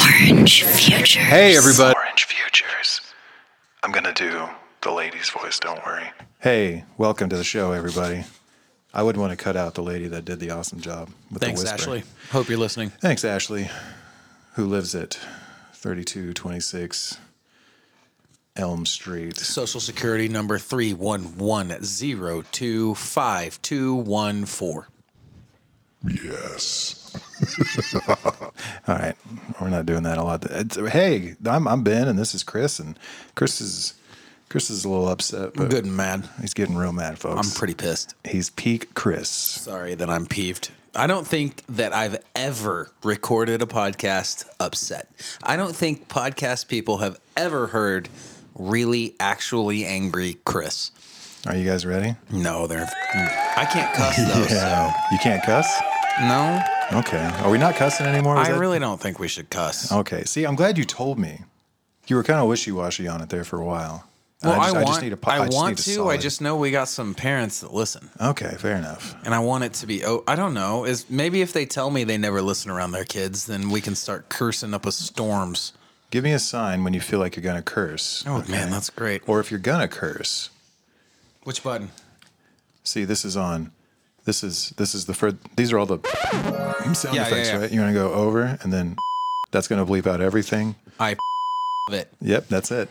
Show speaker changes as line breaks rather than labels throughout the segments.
Orange Future.
Hey, everybody.
Orange Futures. I'm gonna do the lady's voice, don't worry.
Hey, welcome to the show, everybody. I would want to cut out the lady that did the awesome job with
Thanks,
the whisper.
Ashley. Hope you're listening.
Thanks, Ashley, who lives at 3226 Elm Street.
Social Security number 311025214.
Yes.
All right, we're not doing that a lot. It's- hey, I'm, I'm Ben, and this is Chris, and Chris is Chris is a little upset, but
Good and mad.
he's getting real mad, folks.
I'm pretty pissed.
He's peak Chris.
Sorry that I'm peeved. I don't think that I've ever recorded a podcast upset. I don't think podcast people have ever heard really actually angry Chris.
Are you guys ready?
No, they're I can't cuss though.
You can't cuss.
So. No.
Okay. Are we not cussing anymore? Was
I
that- Oh.
really don't think we should cuss.
Okay. See, I'm glad you told me. You were kind of wishy washy on it there for a while. And
Well, I,
just, I
want,
just need a po-
I
just
want
need a
to. I
solid-
just know we got some parents that listen,
Okay, fair enough.
and I want it to be. Oh, I don't know. Is maybe if they tell me they never listen around their kids, then we can start cursing up a storms.
Give me a sign when you feel like you're gonna curse.
Oh man, that's great.
Or if you're gonna curse.
Which button?
See, this is on. This is this is the first. These are all the sound
Yeah, yeah,
effects,
yeah.
right? You're gonna go over, and then that's gonna bleep out everything.
I love it.
Yep, that's it.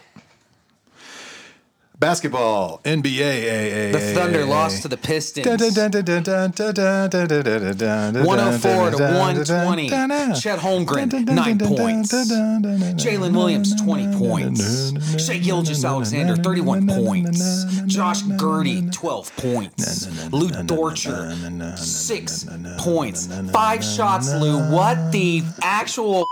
Basketball, NBA,
The Thunder lost to the Pistons.
104
104 to 120. Chet Holmgren, nine points. Jalen Williams, 20 points. Shea Gilgis Alexander, 31 points. Josh Gurdy, 12 points. Lou Dorcher, 6 points. Five shots, Lou. What the actual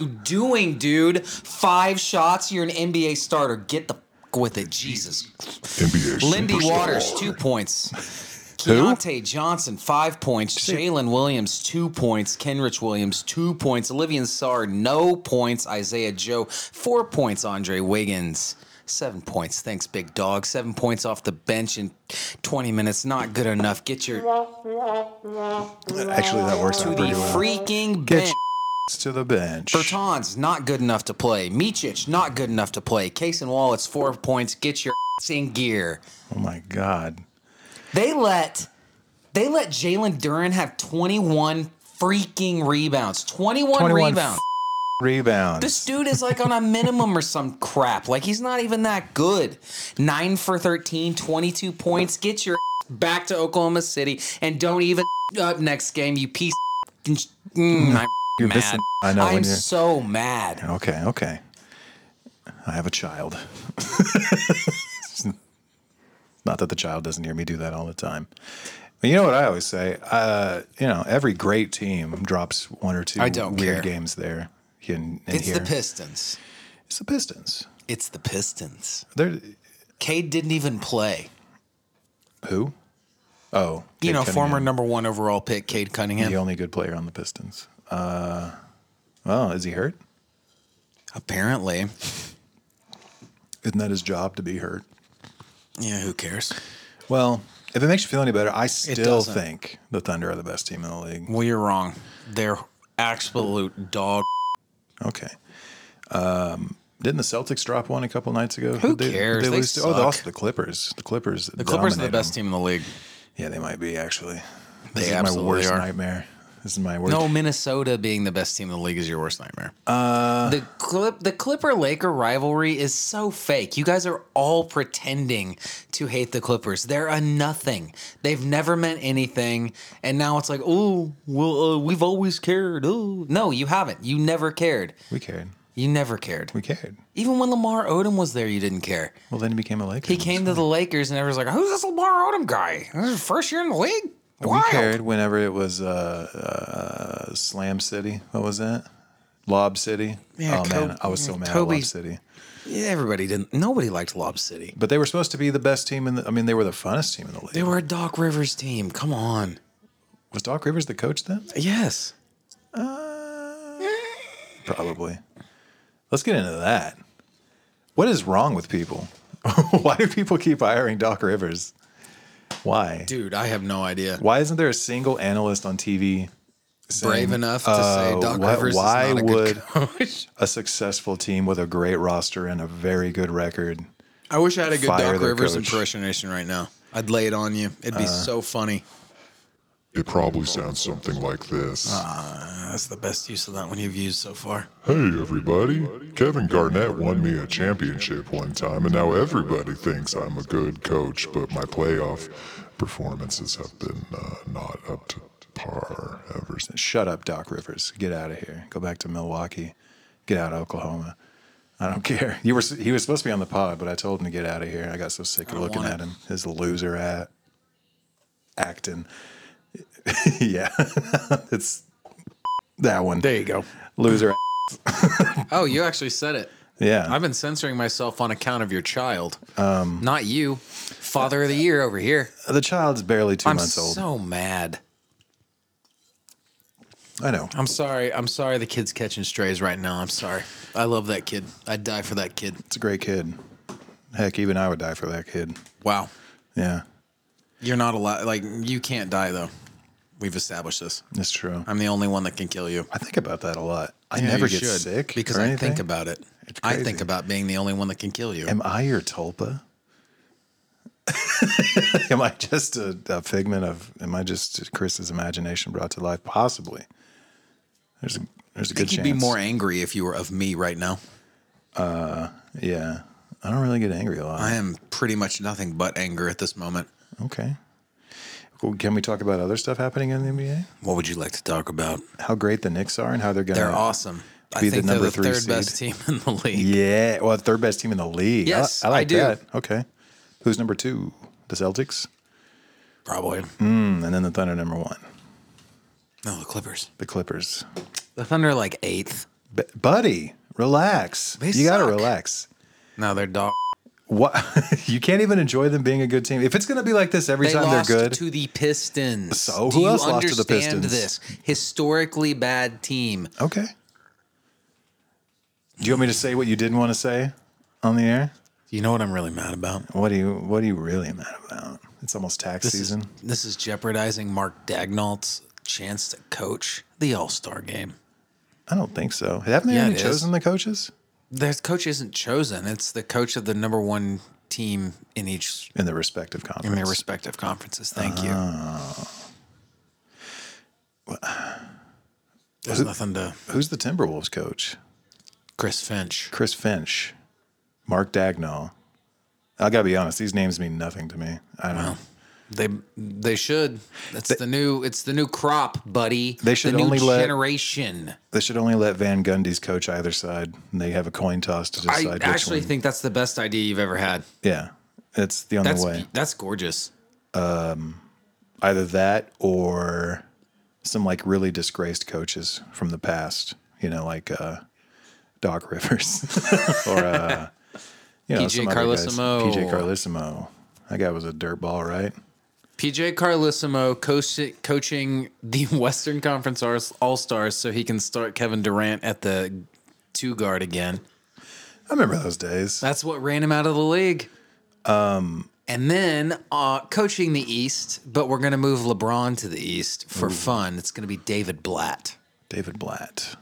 you doing, dude? Five shots. You're an NBA starter. Get the f- with it. Jesus
NBA
Lindy
superstar.
Waters, two points. Keontae Johnson, five points. Jalen Williams, two points. Kenrich Williams, two points. Olivian Sarr, no points. Isaiah Joe, four points. Andre Wiggins, seven points. Thanks, big dog. Seven points off the bench in 20 minutes. Not good enough. Get your
Actually, that works out pretty well.
freaking
Get
bench.
your to the bench.
Bertans, not good enough to play. Michich, not good enough to play. Case and Wall, it's four points. Get your in gear.
Oh my God.
They let they let Jalen Duran have 21 freaking rebounds. 21,
21
rebounds.
Rebounds.
this dude is like on a minimum or some crap. Like he's not even that good. 9 for 13, 22 points. Get your back to Oklahoma City and don't even up next game, you piece. of- Mm, I'm
You're
mad.
missing- I know when
I'm
you're-
so mad.
Okay, okay. I have a child. Not that the child doesn't hear me do that all the time. But you know what I always say? Uh, you know, every great team drops one or two
I don't
weird
care.
games there in, in
It's
here.
the Pistons.
it's the Pistons.
It's the Pistons.
They're
Cade didn't even play.
who? Oh,
you
Cade
know, former
Cunningham,
number one overall pick, Cade Cunningham.
the only good player on the Pistons. Uh, well, is he hurt?
Apparently.
Isn't that his job to be hurt?
Yeah, who cares?
Well, if it makes you feel any better, I still
doesn't.
think the Thunder are the best team in the league.
Well, you're wrong. They're absolute dog.
Okay. Um, didn't the Celtics drop one a couple nights ago?
Who
Did
cares?
did
They
lose to- oh, they
suck.
lost to the Clippers. The Clippers.
The Clippers are the best team in the league.
Yeah, they might be actually.
They
This is my
absolutely
worst
are.
nightmare. This is my worst.
No, Minnesota being the best team in the league is your worst nightmare.
Uh,
the clip, the Clipper Laker rivalry is so fake. You guys are all pretending to hate the Clippers. They're a nothing. They've never meant anything, and now it's like, oh, well, uh, we've always cared. Oh, no, you haven't. You never cared.
we cared.
You never cared.
We cared.
Even when Lamar Odom was there, you didn't care.
Well, then he became a Laker.
He came to the Lakers and everyone's like, "Who's this Lamar Odom guy? This is his first year in the league."
We
Wild.
cared whenever it was uh, uh, Slam City. What was that? Lob City.
Yeah,
oh
Kobe-
man, I was so mad
Kobe-
at Lob City.
Yeah, everybody didn't. Nobody liked Lob City.
But they were supposed to be the best team in the. I mean, they were the funnest team in the league.
They were a Doc Rivers team. Come on.
was Doc Rivers the coach then?
Yes.
Probably. Let's get into that. What is wrong with people? Why do people keep hiring Doc Rivers? Why?
Dude, I have no idea.
Why isn't there a single analyst on TV saying,
brave enough to
uh,
say Doc
why-
Rivers
why
is not a
would
good coach.
a successful team with a great roster and a very good record.
I wish I had a good
fire
Doc
their
Rivers
coach.
impersonation right now. I'd lay it on you. It'd be so funny.
It probably sounds something like this.
That's the best use of that one you've used so far.
Hey, everybody. Kevin Garnett won me a championship one time, and now everybody thinks I'm a good coach, but my playoff performances have been uh, not up to par ever since.
Shut up, Doc Rivers. Get out of here. Go back to Milwaukee. Get out of Oklahoma. I don't care. You were he was supposed to be on the pod, but I told him to get out of here. I got so sick of looking
want
at him. His loser at acting. yeah, it's that one.
you go.
Loser.
Oh, you actually said it.
Yeah.
I've been censoring myself on account of your child. Um, not you. Father of the year over here.
the child's barely 2
I'm
months old.
so mad.
I know.
I'm sorry. I'm sorry the kid's catching strays right now. I'm sorry. I love that kid. I'd die for that kid.
It's a great kid. Heck, even I would die for that kid.
Wow.
Yeah,
You're not allowed. Like, you can't die, though. We've established this.
it's true. i
I'm the only one that can kill you.
think about that a lot. I
Yeah,
never
you
get
should,
sick
because
or
I
anything.
think about it.
It's
I
crazy.
think about being the only one that can kill you.
Am I your tulpa? am I just a, a figment of? Am I just Chris's imagination brought to life? Possibly. There's a there's a
I
good
think you'd
chance.
be more angry if you were of me right now.
Yeah, I don't really get angry a lot.
I am pretty much nothing but anger at this moment.
okay. Well, can we talk about other stuff happening in the NBA?
What would you like to talk about?
How great the Knicks are and how they're going.
They're awesome. I
Uh, Be
think
the
they're
number
the
three
third
seed.
best team in the league.
Yeah, well, third best team in the league. I-
Yes,
I,
I
like
do.
that. Okay, who's number two? The Celtics,
Probably.
Mm, and then the Thunder number one,
No, the Clippers.
the Clippers.
The Thunder are like eighth.
B- buddy, relax.
They
you gotta
suck.
relax.
No, they're dog.
What? you can't even enjoy them being a good team if it's gonna be like this every
They
time
lost
they're good.
to the Pistons.
So,
Do
who
you
else lost to the
understand
Pistons?
This historically bad team.
okay. Do you want me to say what you didn't want to say on the air?
You know what I'm really mad about?
What do you What are you really mad about? It's almost tax season.
Is, this is jeopardizing Mark Dagnall's chance to coach the All Star game.
I don't think so. Haven't they
Yeah,
already
it is.
chosen the coaches
Their coach isn't chosen. It's the coach of the number one team in each
in their respective conference?
in their respective conferences. Thank you.
Oh.
There's nothing to
Who's the Timberwolves coach?
Chris Finch.
Chris Finch, Mark Dagnall. I gotta be honest; these names mean nothing to me. I don't know.
They they should. That's the new it's the new crop, buddy.
They should
the new
only let-
generation.
They should only let Van Gundy's coach either side, and they have a coin toss to decide
I
which
actually
one.
think that's the best idea you've ever had.
yeah, it's the only
That's
way.
that's gorgeous.
Either that or some like really disgraced coaches from the past. You know, like uh, Doc Rivers or uh, you know,
PJ
some other guys.
Carlissimo.
PJ Carlissimo. That guy was a dirtball, right?
PJ Carlissimo coach, coaching the Western Conference All Stars so he can start Kevin Durant at the two guard again.
I remember those days.
That's what ran him out of the league. Um,
Um,
and then uh, coaching the East, but we're going to move LeBron to the East for fun. It's going to be David Blatt.
David Blatt.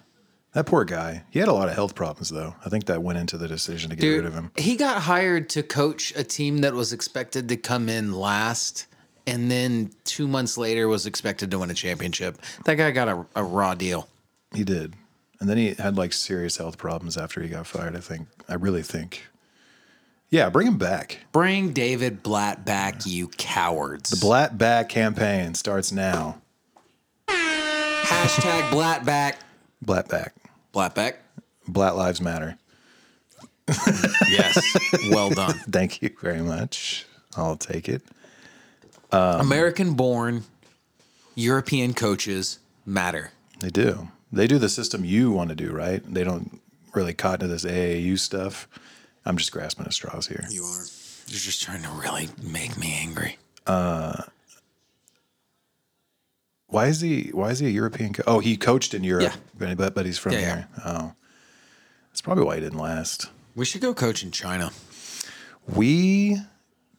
That poor guy. He had a lot of health problems, though. I think that went into the decision to get rid of him.
He got hired to coach a team that was expected to come in last, and then two months later was expected to win a championship. That guy got a, a raw deal.
He did. And then he had like serious health problems after he got fired, I think. I really think. Yeah, bring him back.
Bring David Blatt back, you cowards. The
Blatt back campaign starts now.
Hashtag Blatt back.
Blatt back.
Blatt back.
Black Lives Matter.
Yes. well done.
Thank you very much. I'll take it. Um,
American born, European coaches matter.
They do. They do the system you want to do, right? They don't really cotton to this AAU stuff. I'm just grasping at straws here.
You are. You're just trying to really make me angry.
Why is he? Why is he a European? Co- oh, he coached in Europe, but but he's from
Yeah,
here. Oh, that's probably why he didn't last.
We should go coach in China.
We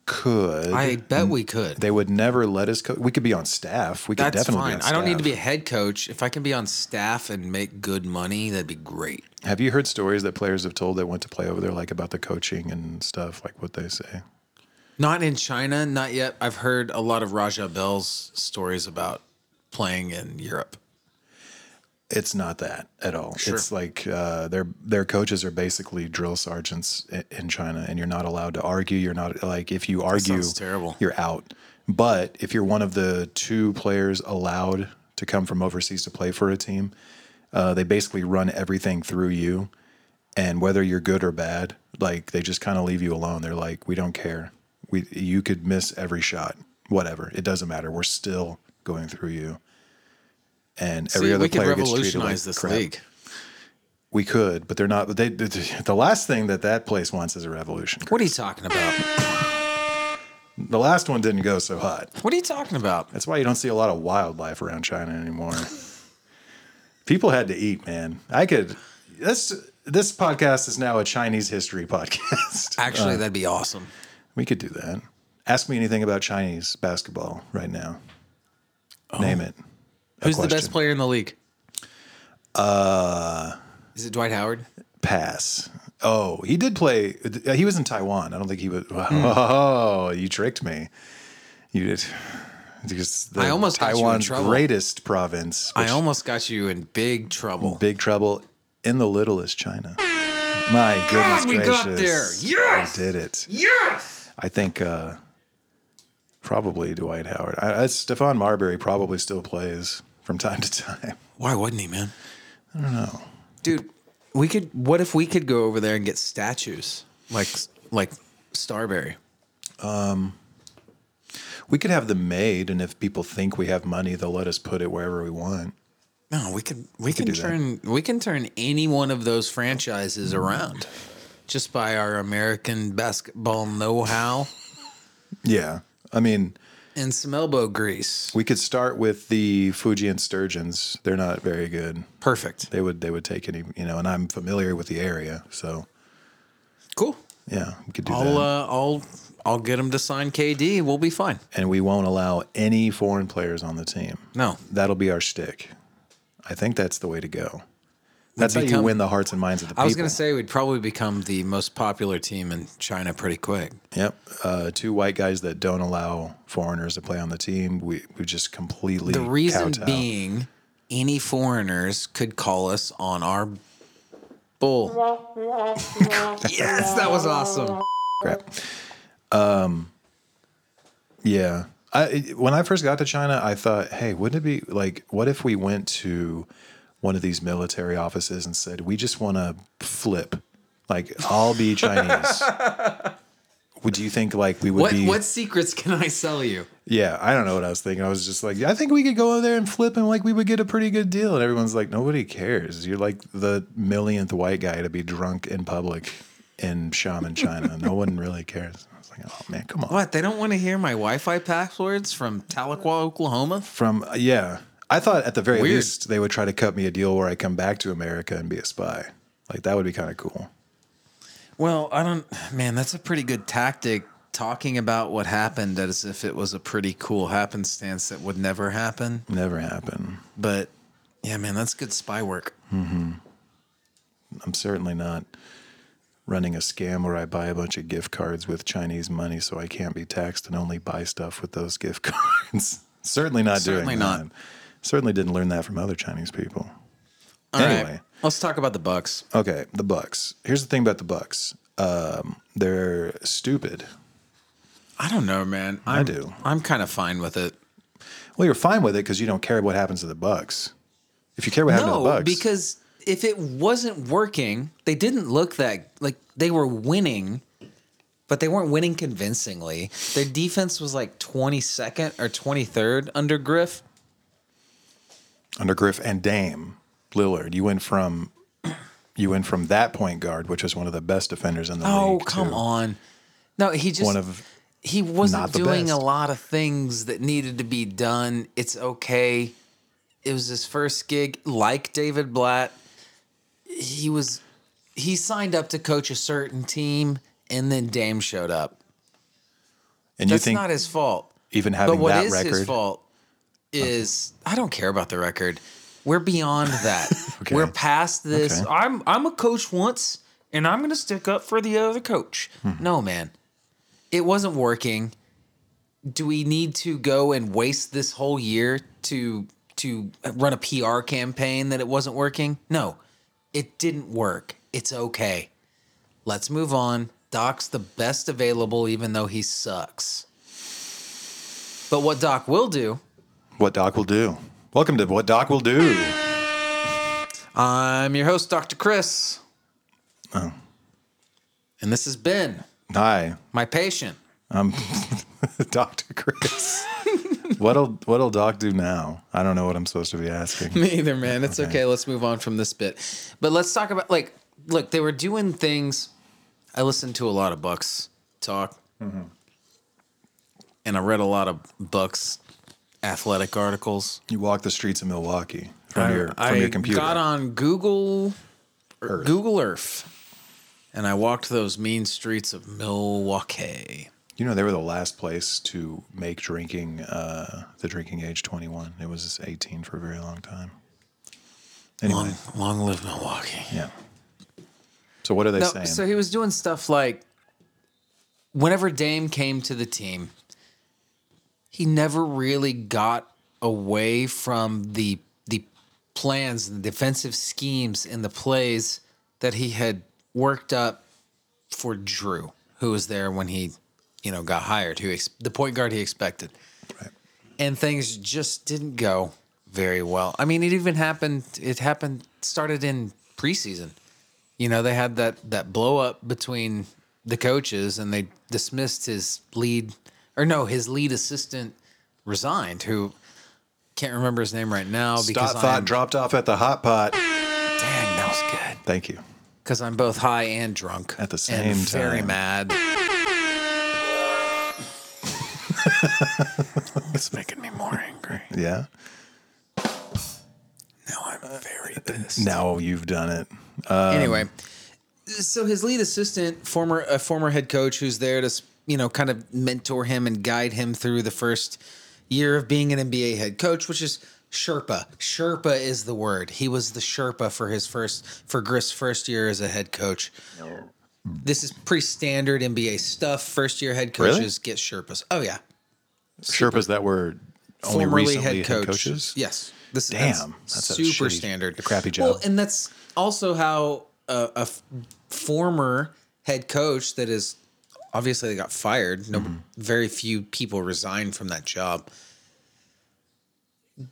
could.
I bet we could.
they would never let us coach. We could be on staff. We could
That's
definitely be
fine.
on
I
staff.
don't need to be a head coach. If I can be on staff and make good money, that'd be great.
Have you heard stories that players have told that went to play over there, like about the coaching and stuff, like what they say?
Not in China, not yet. I've heard a lot of Raja Bell's stories about playing in Europe.
It's not that at all. It's like uh, their their coaches are basically drill sergeants i- in China, and you're not allowed to argue. You're not like if you argue,
sounds terrible.
You're out. But if you're one of the two players allowed to come from overseas to play for a team, uh, they basically run everything through you, and whether you're good or bad, like they just kind of leave you alone. They're like, we don't care. We you could miss every shot, whatever. It doesn't matter. We're still going through you. And every
See,
other
we could
player gets treated like
revolutionize this
crap.
league.
We could, but they're not. They, the last thing that that place wants is a revolution.
What are you talking about?
The last one didn't go so hot.
What are you talking about?
That's why you don't see a lot of wildlife around China anymore. People had to eat, man. I could. This this podcast is now a Chinese history podcast.
Actually, that'd be awesome.
we could do that. Ask me anything about Chinese basketball right now.
Oh.
Name it. A
Who's the best
question.
player in the league? Uh, is it Dwight Howard?
Pass. Oh, he did play. He was in Taiwan. I don't think he was.
Hmm.
Oh, you tricked me. You did. Because the
I almost got you in
Taiwan's
trouble.
greatest province.
I almost got you in big trouble.
Big Trouble in the Littlest China. My goodness
we
gracious!
got there. Yes!
I did it.
Yes.
I think uh, probably Dwight Howard. I, I, Stefan Marbury probably still plays from time to time.
Why wouldn't he, man? I don't know, dude. We could. What if we could go over there and get statues like like Starberry?
We could have them made, and if people think we have money, they'll let us put it wherever we want.
No, we could. We, can
do that.
turn. We can turn any one of those franchises around just by our American basketball know-how
Yeah, I mean,
and some elbow grease.
we could start with the Fujian sturgeons. They're not very good.
Perfect.
They would they would take any you know, and I'm familiar with the area, so
Cool.
yeah, we could do that.
I'll uh, I'll I'll get him to sign KD. We'll be fine.
and we won't allow any foreign players on the team.
No.
That'll be our shtick. I think that's the way to go. That's how you
become-
win the hearts and minds of the people.
I was going to say we'd probably become the most popular team in China pretty quick.
Yep. Uh, two white guys that don't allow foreigners to play on the team. We, we just completely.
The reason
kowtow.
being, any foreigners could call us on our bull. yes, that was awesome.
Crap. Um, yeah. I when I first got to China, I thought, hey, wouldn't it be like, what if we went to one of these military offices and said, we just want to flip, like I'll be Chinese. Would you think like we would
What
be?
what secrets can I sell you?
Yeah, I don't know what I was thinking. I was just like, I think we could go over there and flip, and like we would get a pretty good deal. And everyone's like, nobody cares. You're like the millionth white guy to be drunk in public in Shaman, China. no one really cares. I was like, oh man, come on.
What they don't want to hear my Wi-Fi passwords from Tahlequah, Oklahoma.
From uh, yeah, I thought at the very
Weird.
least they would try to cut me a deal where I come back to America and be a spy. Like that would be kind of cool.
Well, I don't, man, that's a pretty good tactic. Talking about what happened as if it was a pretty cool happenstance that would never happen.
Never happened.
But yeah, man, that's good spy work.
I'm certainly not running a scam where I buy a bunch of gift cards with Chinese money so I can't be taxed and only buy stuff with those gift cards. certainly not
Certainly
doing
not.
that. Certainly didn't learn that from other Chinese people.
All right,
Anyway.
let's talk about the Bucks.
Okay, the Bucks. Here's the thing about the Bucks. Um, they're stupid.
I don't know, man. I'm,
do.
I'm kind of fine with it.
Well, you're fine with it because you don't care what happens to the Bucks. If you care what happened to the
No,
Bucks,
because if it wasn't working, they didn't look that like they were winning, but they weren't winning convincingly. Their defense was like 22nd or 23rd under Griff.
under Griff and Dame Lillard, you went from you went from that point guard, which was one of the best defenders in the league.
Oh, come
to
on. No, he just
One of
he
not
wasn't
the
doing a
best.
lot of things that needed to be done. It's okay. It was his first gig, like David Blatt. He was he signed up to coach a certain team, and then Dame showed up.
And
That's
you think
not his fault.
even
But
having
what
that
is his
record,
fault is I don't care about the record. We're beyond that.
Okay.
We're past this.
Okay.
I'm I'm a coach once, and I'm gonna stick up for the other coach.
Hmm.
No, man, it wasn't working. Do we need to go and waste this whole year to to run a PR campaign that it wasn't working? No, it didn't work. It's okay. Let's move on. Doc's the best available, even though he sucks. But what Doc will do,
what Doc will do. Welcome to What Doc Will Do.
I'm your host, Dr. Chris. Oh. And this has been
Hi,
my patient.
I'm Dr. Chris. what'll What'll Doc do now? I don't know what I'm supposed to be asking.
Me either, man. It's okay. Let's move on from this bit. But let's talk about like, look, they were doing things. I listened to a lot of Bucks talk, and I read a lot of Bucks athletic articles.
You walk the streets of Milwaukee from
I-
your from
I
your computer.
got on Google
Earth.
Google Earth, and I walked those mean streets of Milwaukee.
You know, they were the last place to make drinking uh, the drinking age 21. It was 18 for a very long time. Anyway,
Long, long live Milwaukee.
yeah. So what are they
No,
saying?
so he was doing stuff like whenever Dame came to the team, he never really got away from the the plans, the defensive schemes, and the plays that he had worked up for Drew, who was there when he, you know, got hired, who ex- the point guard he expected, and things just didn't go very well. I mean, it even happened. It happened. Started in preseason. You know, they had that that blow up between the coaches, and they dismissed his lead, or no, his lead assistant resigned, who can't remember his name right now.
Dot
I
thought
am-
dropped off at the hot pot.
Dang, that was good
Thank you.
because I'm both high and drunk
At the
and
same
Very
time.
mad. it's making me more angry.
Yeah.
Now I'm very pissed.
Uh, Now you've done it.
anyway, so his lead assistant, former a former head coach, who's there to you know kind of mentor him and guide him through the first year of being an NBA head coach, which is Sherpa. Sherpa is the word. He was the Sherpa for his first for Griff's first year as a head coach. This is pretty standard NBA stuff. First year head
Really?
coaches get Sherpas. Oh yeah,
Sherpas that were only
formerly
recently
head, coach.
coaches.
Yes. This
Damn, that's a
super
shitty-
standard.
a crappy
Well,
job.
and that's also how a, a f- former head coach that is obviously they got fired.
Mm-hmm.
No, very few people resign from that job.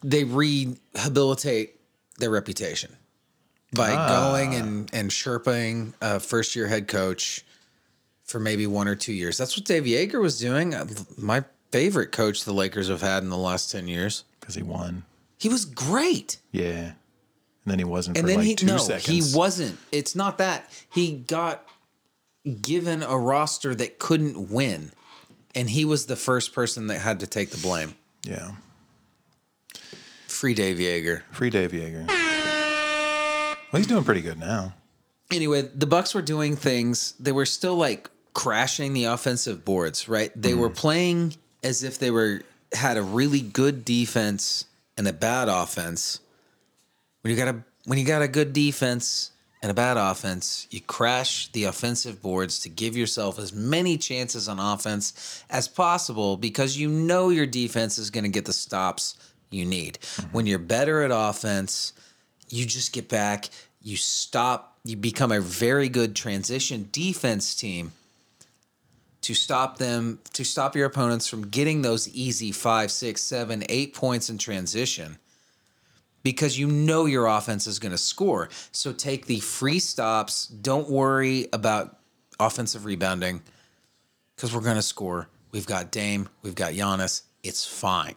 They rehabilitate their reputation by
Ah.
going and and sherping a first year head coach for maybe one or two years. That's what Dave Yeager was doing. Uh, My favorite coach the Lakers have had in the last ten years.
Because he won.
He was great.
Yeah. And then he wasn't
And
for
then
like
he
two
no,
seconds.
he wasn't. It's not that. He got given a roster that couldn't win. And he was the first person that had to take the blame.
yeah.
Free Dave Yeager.
Free Dave Yeager. Well, he's doing pretty good now.
anyway, the Bucks were doing things. They were still like crashing the offensive boards, right? They were playing as if they were had a really good defense and a bad offense. When you got a when you got a good defense and a bad offense, you crash the offensive boards to give yourself as many chances on offense as possible because you know your defense is going to get the stops you need. When you're better at offense, you just get back, you stop, you become a very good transition defense team to stop them, to stop your opponents from getting those easy five, six, seven, eight points in transition because you know your offense is going to score. So take the free stops. Don't worry about offensive rebounding because we're going to score. We've got Dame, we've got Giannis. It's fine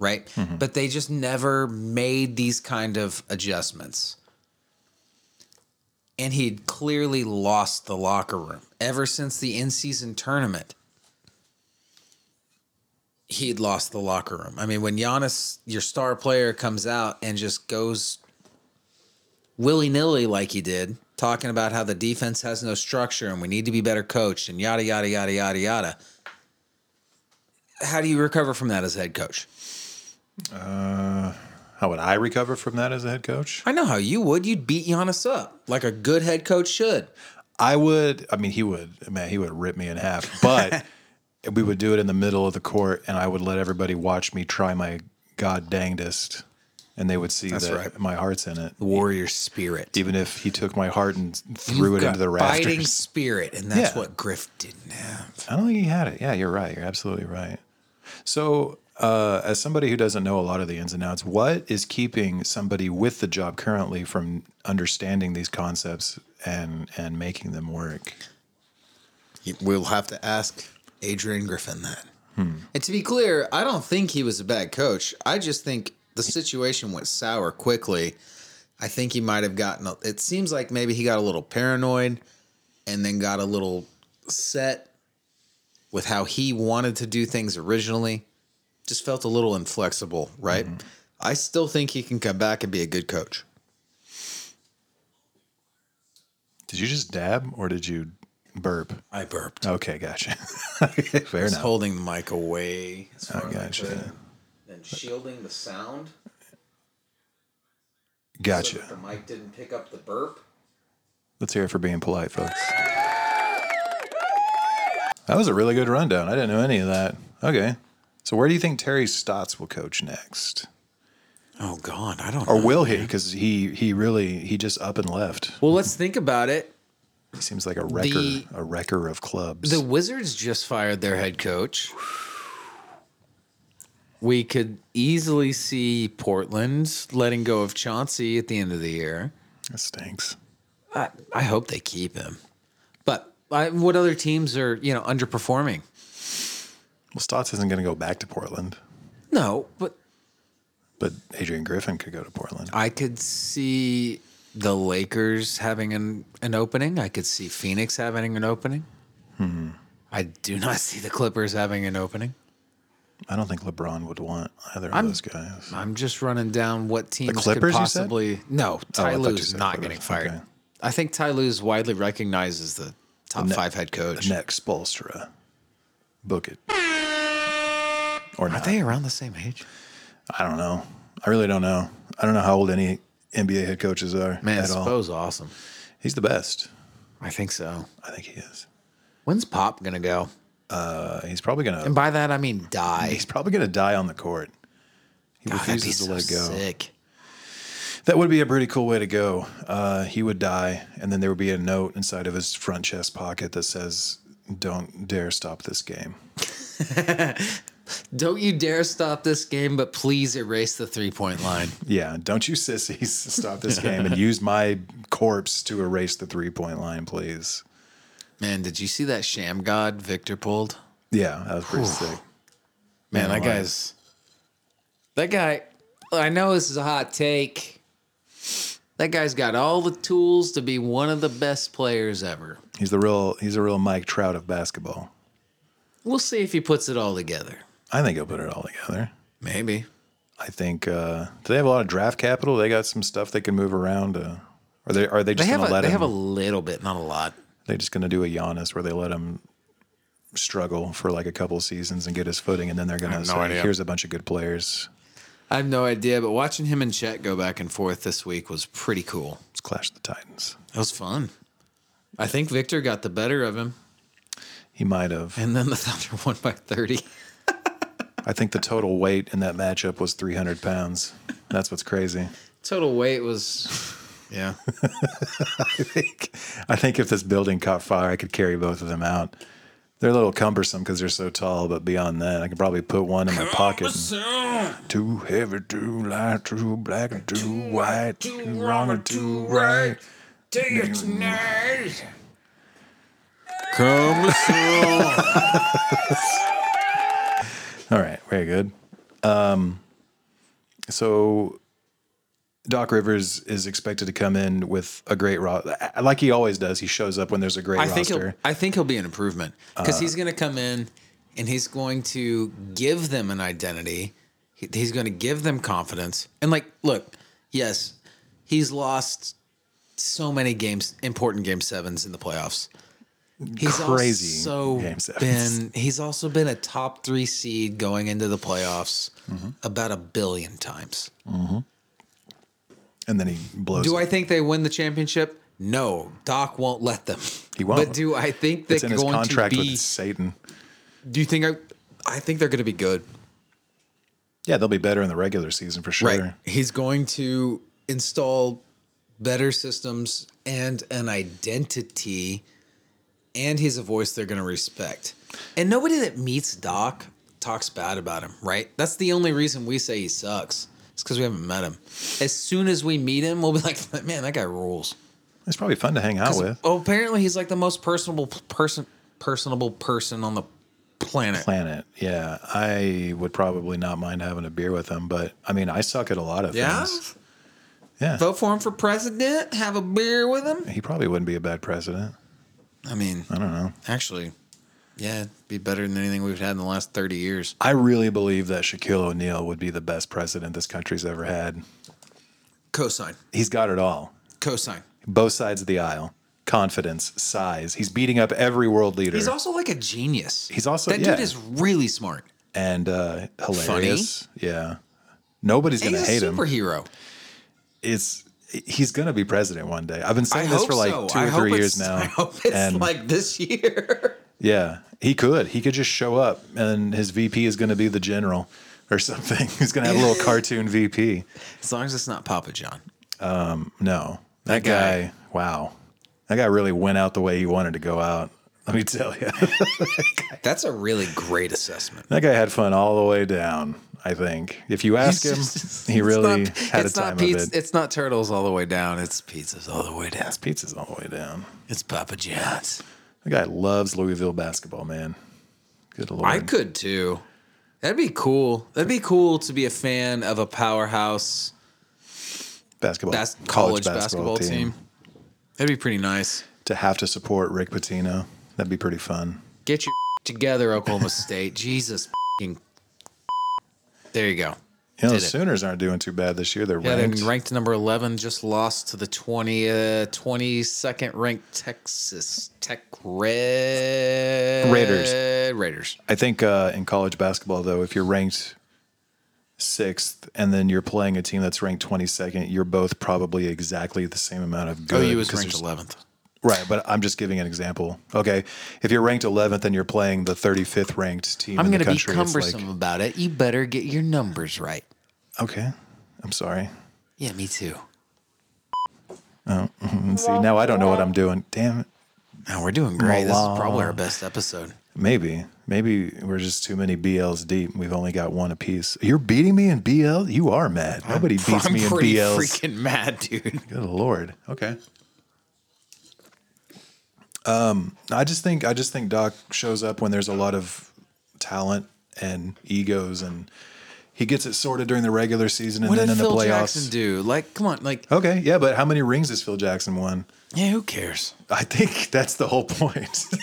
right? But they just never made these kind of adjustments. And he'd clearly lost the locker room ever since the in season tournament. He'd lost the locker room. I mean, when Giannis, your star player, comes out and just goes willy nilly like he did, talking about how the defense has no structure and we need to be better coached and yada, yada, yada, yada, yada how do you recover from that as head coach?
How would I recover from that as a head coach?
I know how you would. You'd beat Giannis up like a good head coach should.
I would. I mean, he would. Man, he would rip me in half. But we would do it in the middle of the court, and I would let everybody watch me try my god dangedest, and they would see that
right.
my heart's in it.
Warrior spirit.
Even if he took my heart and threw
You've
it into
got
the
Fighting
rafters,
spirit, and that's
Yeah.
what Griff didn't have.
I don't think he had it. Yeah, you're right. You're absolutely right. So, uh, as somebody who doesn't know a lot of the ins and outs, what is keeping somebody with the job currently from understanding these concepts and and making them work?
You- We'll have to ask Adrian Griffin that.
And to be clear, I don't think he was a bad coach. I just think the situation went sour quickly.
I think he might have gotten. A, it seems like maybe he got a little paranoid, and then got a little set with how he wanted to do things originally. Just felt a little inflexible, right? I still think he can come back and be a good coach.
Did you just dab or did you burp?
I burped.
Okay, gotcha. Fair
Just
enough.
holding the mic away as far as I
gotcha.
could, and shielding the sound so that
gotcha.
the mic didn't pick up the burp.
Let's hear it for being polite, folks. That was a really good rundown. I didn't know any of that. Okay. So where do you think Terry Stotts will coach next?
Oh God, I don't.
Or will he? Because he he really he just up and left.
Well, let's think about it.
He seems like a wrecker,
The-
a wrecker of clubs.
The Wizards just fired their head coach. We could easily see Portland letting go of Chauncey at the end of the year.
that stinks.
I, I hope they keep him. But I, what other teams are you know underperforming?
Well, Stotts isn't going to go back to Portland,
No, but
but Adrian Griffin could go to Portland.
I could see the Lakers having an, an opening. I could see Phoenix having an opening.
Mm-hmm.
I do not see the Clippers having an opening.
I don't think LeBron would want either of those guys.
I'm just running down what teams
Clippers,
could
you said? Oh,
possibly. No,
I
Ty
thought you
Lue's
said
not
Clippers.
getting fired.
Okay.
I think Ty Lue's widely recognized as the top
ne-
five head coach.
Nick Spolstra, book it or
Are
not?
they around the same age?
I don't know. I really don't know. I don't know how old any NBA head coaches are
Man,
at all.
Spo's awesome.
He's the best.
I think so.
I think he is.
When's Pop gonna go?
Uh, he's probably gonna.
And by that I mean die.
He's probably gonna die on the court. He
God, that'd be
refuses to
so
let go.
sick.
That would be a pretty cool way to go. Uh, he would die, and then there would be a note inside of his front chest pocket that says, "Don't dare stop this game."
Don't you dare stop this game, but please erase the three point line.
Yeah, don't you sissies stop this game and use my corpse to erase the three point line, please.
Man, did you see that sham god Victor pulled?
Yeah, that was pretty sick.
Man, that
why?
guy's that guy. I know this is a hot take. That guy's got all the tools to be one of the best players ever.
He's the real. He's a real Mike Trout of basketball.
We'll see if he puts it all together.
I think he'll put it all together.
Maybe.
I think. Uh, do they have a lot of draft capital? They got some stuff they can move around. Uh, are they? Are they
They
just
have
gonna
a,
let
they
him?
have a little bit, not a lot.
They're just going to do a Giannis where they let him struggle for like a couple seasons and get his footing, and then they're going to
have
say,
no idea.
"Here's a bunch of good players."
I have no idea, but watching him and Chet go back and forth this week was pretty cool.
Let's clash the Titans.
It was fun. I think Victor got the better of him,
He might have.
and then the Thunder won by 30.
I think the total weight in that matchup was 300 pounds. That's what's crazy.
Total weight was, yeah.
I think. I think if this building caught fire, I could carry both of them out. They're a little cumbersome because they're so tall, but beyond that, I could probably put one in my pocket. and- Too heavy, too light, too black, and too white, too wrong, and too right. All right, very good. Um, so Doc Rivers is expected to come in with a great roster, like he always does. He shows up when there's a great
I think
roster. Uh,
he'll, I think he'll be an improvement because he's going to come in and he's going to give them an identity. He- He's going to give them confidence. And like, look, yes, he's lost so many games, important game sevens in the playoffs. He's
crazy
also
James Evans.
been he's also been a top three seed going into the playoffs
Mm-hmm.
about a billion times.
and then he blows.
Do
it.
I think they win the championship? No, Doc won't let them.
He won't.
But do I think they're
It's in
going
his contract
to be?
with Satan.
Do you think I? I think they're going to be good.
Yeah, they'll be better in the regular season for sure.
Right. He's going to install better systems and an identity, and he's a voice they're going to respect. And nobody that meets Doc talks bad about him, right? That's the only reason we say he sucks. It's because we haven't met him. As soon as we meet him, we'll be like, man, that guy rules.
It's probably fun to hang out with.
Oh, apparently he's like the most personable p- person, personable person on the planet.
Planet. Yeah, I would probably not mind having a beer with him, but I mean, I suck at a lot of
Yeah.
things. Yeah.
Vote for him for president. Have a beer with him.
He probably wouldn't be a bad president.
I mean,
I don't know.
Actually, yeah, it'd be better than anything we've had in the last 30 years.
I really believe that Shaquille O'Neal would be the best president this country's ever had.
Cosign.
He's got it all.
Cosign.
Both sides of the aisle. Confidence, size. He's beating up every world leader.
He's also like a genius.
He's also-
That
yeah.
dude is really smart.
and uh, hilarious. Yeah. Nobody's
And
going to
He's
hate
a
him.
superhero.
It's he's going to be president one day. I've been
I
saying this
hope
for like
so.
two
I
or
hope
three
it's-
years now.
I hope it's
and
like this year.
yeah, he could. He could just show up and his VP is going to be the general or something. he's going to have a little cartoon VP.
As long as it's not Papa John.
No. That, guy,
guy.
wow. That guy really went out the way he wanted to go out. Let me tell you.
That's a really great assessment.
that guy had fun all the way down, I think. If you ask him, he really
it's not,
had a
it's
time
not
of
pizza,
it.
It's not turtles all the way down. It's pizzas all the way down.
His pizza's all the way down.
It's Papa John's.
That guy loves Louisville basketball, man. Good lord.
I could too. That'd be cool. That'd be cool to be a fan of a powerhouse
basketball.
bas- college, basketball, team. That'd be pretty nice.
To have to support Rick Pitino. That'd be pretty fun.
Get your together, Oklahoma State. Jesus. fing- There you go.
You know, the
Did it.
Sooners aren't doing too bad this year. They're
Yeah,
ranked.
they're ranked number 11, just lost to the 20, uh, 22nd ranked Texas Tech Red
Raiders.
Raiders.
I think uh, in college basketball, though, if you're ranked sixth and then you're playing a team that's ranked 22nd, you're both probably exactly the same amount of good.
OU is
'cause
Oh, ranked
there's-
11th.
Right, but I'm just giving an example. Okay, if you're ranked 11th and you're playing the 35th ranked team
I'm
in
going
the
to be
country, it's
cumbersome about it. You better get your numbers right.
like, okay, I'm sorry.
Yeah, me too.
And see, now I don't know what I'm doing. Damn it.
Now we're doing great. This
Malone.
is probably our best episode.
Maybe, maybe we're just too many BLs deep. We've only got one apiece. You're beating me in BL. You are mad. Nobody beats
I'm
me in
pretty
BLs.
freaking mad, dude.
Good lord. Okay. Um, I just think I just think Doc shows up when there's a lot of talent and egos, and he gets it sorted during the regular season and
What
then
did
in the
Phil
playoffs.
Jackson do? Like, come on, like,
Okay, yeah, but how many rings has Phil Jackson won?
yeah, who cares?
I think that's the whole point.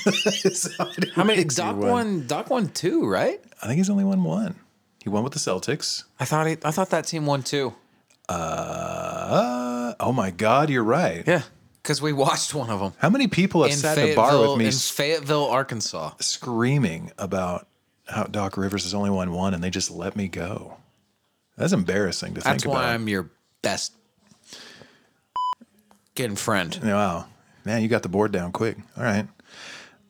So I don't
How many?
think he
Doc
won.
won. Doc won two, right?
I think he's only won one. He won with the Celtics.
I thought. He, I thought that team won two.
Uh, oh my God, you're right.
Yeah, because we watched one of them
How many people have
in
sat in a bar with
Fayetteville,
me
in Fayetteville, Arkansas.
screaming about how Doc Rivers has only won one and they just let me go. That's embarrassing to
That's
think
why
about.
I'm your best getting friend.
wow. Man, you got the board down quick. All right.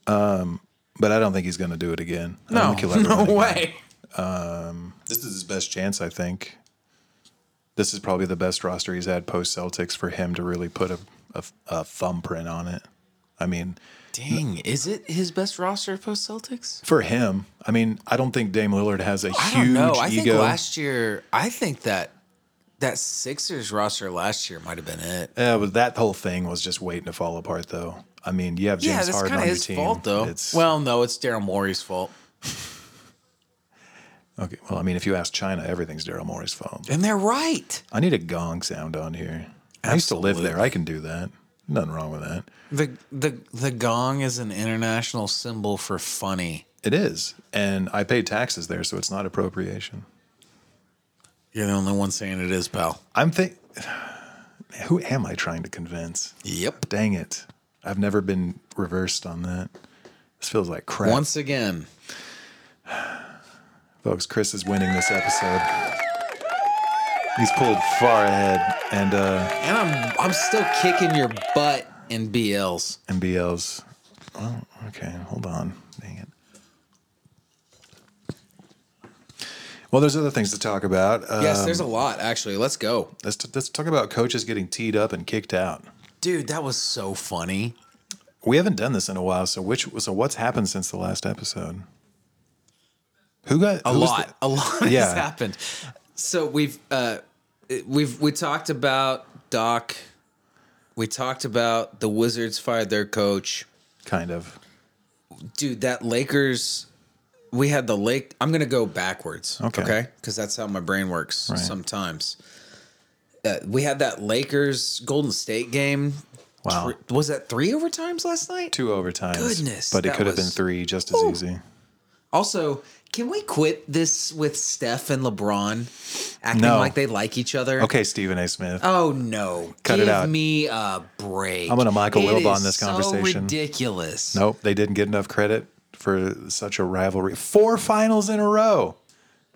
Um, but I don't think he's going to do it again. I don't
No,
think he'll ever win
no
again.
way.
This is his best chance, I think. This is probably the best roster he's had post Celtics for him to really put a, a, a thumbprint on it. I mean,
Dang, is it his best roster post Celtics?
for him, I mean, I don't think Dame Lillard has a
I
huge
don't know. I
ego.
think last year, I think that that Sixers roster last year might have been it.
Yeah, but that whole thing was just waiting to fall apart, though. I mean, you have
yeah,
James
that's
Harden
kind of
on your
his
team.
fault, though.
It's,
Well, no, it's Daryl Morey's fault.
okay. Well, I mean, if you ask China, everything's Daryl Morey's fault.
And they're right.
I need a gong sound on here. I used to live there. I can do that. Nothing wrong with that.
The the the gong is an international symbol for funny.
It is, and I paid taxes there, so it's not appropriation.
You're the only one saying it is, pal.
I'm think. Who am I trying to convince?
Yep.
Dang it! I've never been reversed on that. This feels like crap.
Once again,
Folks, Chris is winning this episode. He's pulled far ahead, and uh,
and I'm I'm still kicking your butt in BLs.
MBL's. Well, okay, hold on. Dang it. Well, there's other things to talk about.
Yes,
Um,
there's a lot actually. Let's go,
let's t- let's talk about coaches getting teed up and kicked out.
dude. That was so funny.
We haven't done this in a while, so which so what's happened since the last episode? Who got
a lot a lot has
Yeah.
happened so we've uh it- we've we talked about doc we talked about the wizards fired their coach
Kind of.
dude that lakers we had the lake i'm gonna go backwards
Okay.
okay because that's how my brain works
Right.
sometimes uh, we had that lakers golden state game
Wow.
Thr- was that three overtimes last night
Two overtimes.
Goodness,
But it
that
could have been
was-
three just as easy.
Also, can we quit this with Steph and LeBron acting
No.
like they like each other?
Okay, Stephen A. Smith.
Oh no!
Cut it
Give
out.
me a break.
I'm gonna Michael
It
Wilbon
is
this
so
conversation.
ridiculous.
Nope, they didn't get enough credit for such a rivalry. Four finals in a row.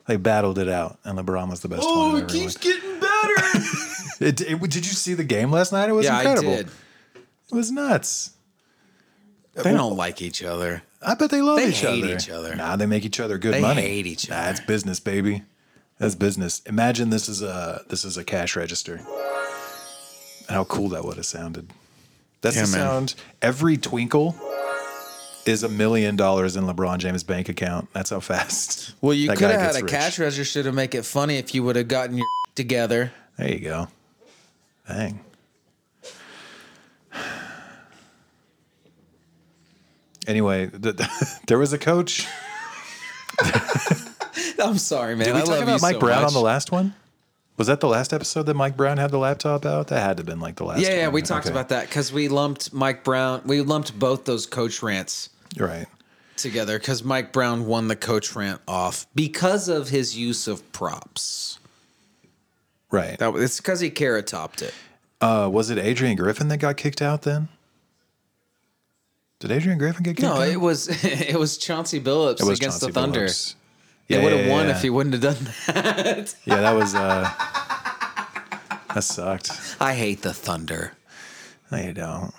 They battled it out, and LeBron was the best one.
Oh,
I've
it
ever
keeps getting better.
won. It- it- did you see the game last night? It was
yeah,
incredible.
I did.
It was nuts.
They don't like each other.
I bet they love
They
each
hate
other.
each other.
Nah, they make each other good
They
money.
hate each
Nah,
other.
it's business, baby. That's business. Imagine this is a this is a cash register. How cool that would have sounded. That's
Yeah,
the
man.
sound. Every twinkle is a million dollars in LeBron James' bank account. That's how fast.
Well, you
that
could
guy
have had
gets
a
rich.
cash register to make it funny if you would have gotten your together.
There you go. Dang. Anyway, th- th- there was a coach.
I'm sorry, man.
Did we
I
talk
love
about
you
Mike
so
Brown
much.
on the last one? Was that the last episode that Mike Brown had the laptop out? That had to have been like the last.
Yeah, yeah,
one.
we talked
Okay.
about that because we lumped Mike Brown. We lumped both those coach rants.
Right.
together because Mike Brown won the coach rant off because of his use of props.
Right.
That was, it's because he carrot topped it.
Uh, was it Adrian Griffin that got kicked out then? Did Adrian Griffin get kicked
No,
out?
it was it was Chauncey Billups against the
Chauncey
Thunder.
Billups.
They would have
yeah,
won
yeah.
if he wouldn't have done that.
Yeah, that was. Uh, that sucked.
I hate the Thunder.
No, you don't.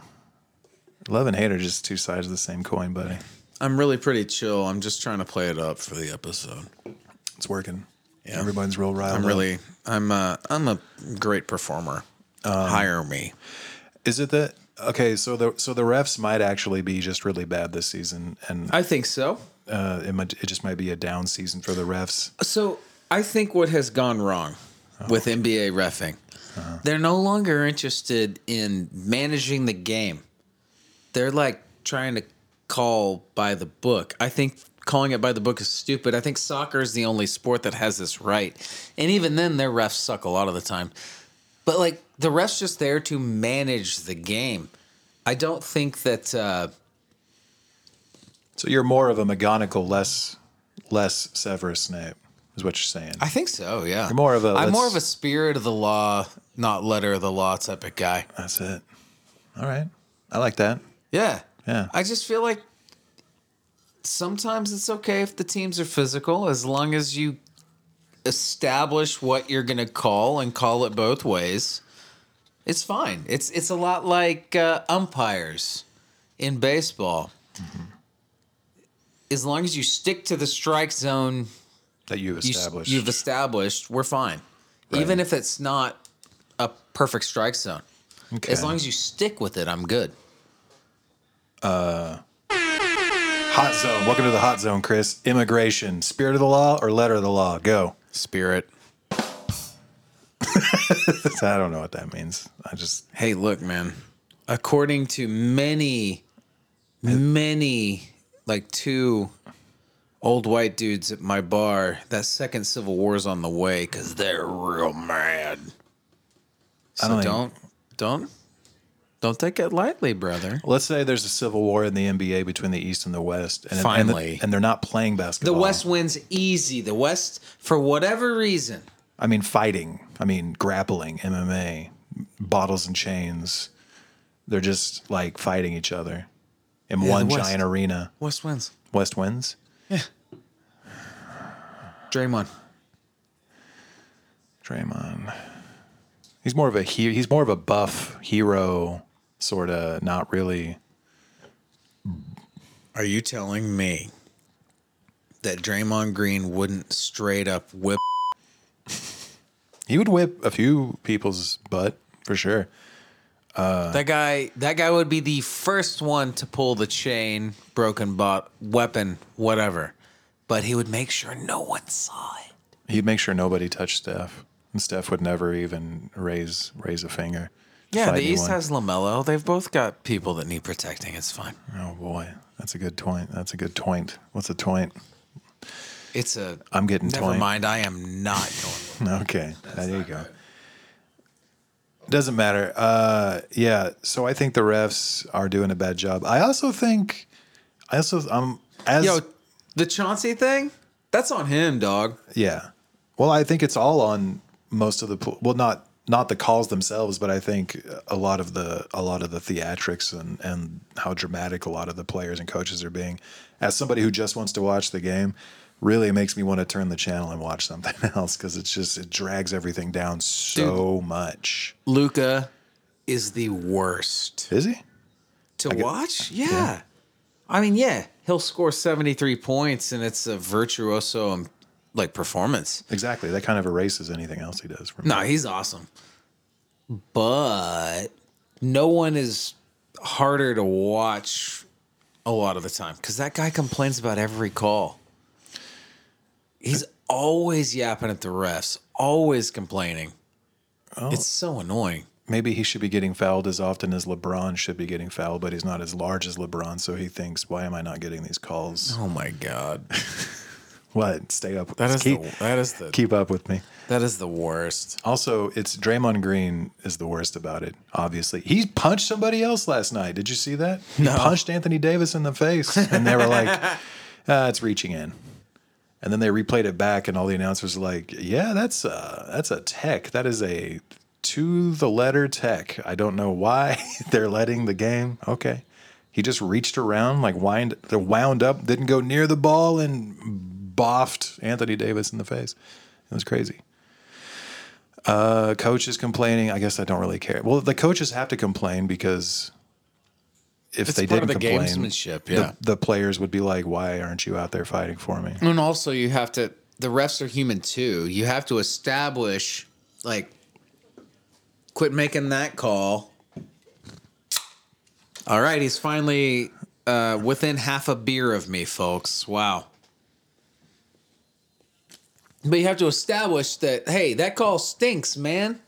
Love and hate are just two sides of the same coin, buddy.
I'm really pretty chill. I'm just trying to play it up for the episode.
It's working. Yeah. Everybody's real riled.
I'm
up.
really I'm uh I'm a great performer. Hire me.
Is it that? Okay, so the so the refs might actually be just really bad this season, and
I think so.
uh, it might it just might be a down season for the refs.
So I think what has gone wrong with NBA refing, they're no longer interested in managing the game. They're like trying to call by the book. I think calling it by the book is stupid. I think soccer is the only sport that has this right. And even then, their refs suck a lot of the time. But like the refs just there to manage the game. I don't think that uh,
So you're more of a McGonagall, less less Severus Snape, is what you're saying.
I think so. Yeah,
You're more of a-
I'm more
let's-
of a spirit of the law, not letter of the law type of guy.
That's it. All right, I like that.
Yeah.
Yeah.
I just feel like sometimes it's okay if the teams are physical as long as you establish what you're going to call and call it both ways. It's fine. It's it's a lot like uh, umpires in baseball.
Mm-hmm.
As long as you stick to the strike zone
That you've
you, s-
established.
you've established, we're fine. Even if it's not a perfect strike zone. As
Okay.
long as you stick with it, I'm good.
hot zone. Welcome to the hot zone, Chris. Immigration, spirit of the law or letter of the law? Go.
Spirit.
I don't know what that means. I just
Hey, look, man. According to many, many, like two old white dudes at my bar, that second Civil War's on the way because they're real mad. So
don't
don't,
think-
don't, don't, take it lightly, brother.
Let's say there's a civil war in the NBA between the East and the West, and and the-
Finally.
and, they're not playing
The
basketball.
West wins easy. The West, for whatever reason,
I mean, fighting. I mean, grappling, MMA, bottles and chains, They're just like fighting each other in
Yeah,
one
the West.
giant arena.
West wins.
West wins.
Draymond.
Draymond. He's more of a he- he's more of a buff hero sort of not really
Are you telling me that Draymond Green wouldn't straight up whip?
he would whip a few people's butt for sure.
That guy, that guy would be the first one to pull the chain, broken bot, weapon, whatever. But he would make sure no one saw it.
He'd make sure nobody touched Steph. And Steph would never even raise raise a finger. to
Yeah,
fight
the East
anyone.
has Lamelo. They've both got people that need protecting. It's fine.
Oh boy, that's a good point. That's a good point. What's a point?
It's a.
I'm getting
never
toying.
mind. I am not going.
Okay, there you go. Doesn't matter. Uh, yeah. So I think the refs are doing a bad job. I also think, I also um as
Yo, the Chauncey thing. That's on him, dog.
yeah. Well, I think it's all on most of the pl- well, not not the calls themselves, but I think a lot of the a lot of the theatrics and and how dramatic a lot of the players and coaches are being. As somebody who just wants to watch the game, really makes me want to turn the channel and watch something else because it's just it drags everything down so much.
Luca is the worst.
Is he?
To watch? Yeah. I mean, yeah, he'll score 73 points and it's a virtuoso um, like performance.
Exactly. That kind of erases anything else he does. From
No, he's awesome. But no one is harder to watch a lot of the time cuz that guy complains about every call. He's always yapping at the refs, always complaining. It's so annoying.
Maybe he should be getting fouled as often as LeBron should be getting fouled, but he's not as large as LeBron, so he thinks, "Why am I not getting these calls?
Oh my god.
What? Stay up.
That is
keep,
the that is the
keep up with me."
that is the worst.
Also, it's Draymond Green is the worst about it. Obviously, he punched somebody else last night. Did you see that? He punched Anthony Davis in the face, and they were like, ah, "It's reaching in." And then they replayed it back, and all the announcers were like, "Yeah, that's a that's a tech. That is a to the letter tech. I don't know why they're letting the game. Okay, he just reached around, like wind, the wound up, didn't go near the ball, and boffed Anthony Davis in the face. It was crazy." Uh, coach is complaining. I guess I don't really care. Well, the coaches have to complain because if
It's
they
part
didn't
of the
complain,
gamesmanship,
the-
yeah.
the players would be like, "Why aren't you out there fighting for me?"
And also, you have to. The refs are human too. You have to establish, like, quit making that call. All right, he's finally uh, within half a beer of me, folks. Wow. But you have to establish that, hey, that call stinks, man.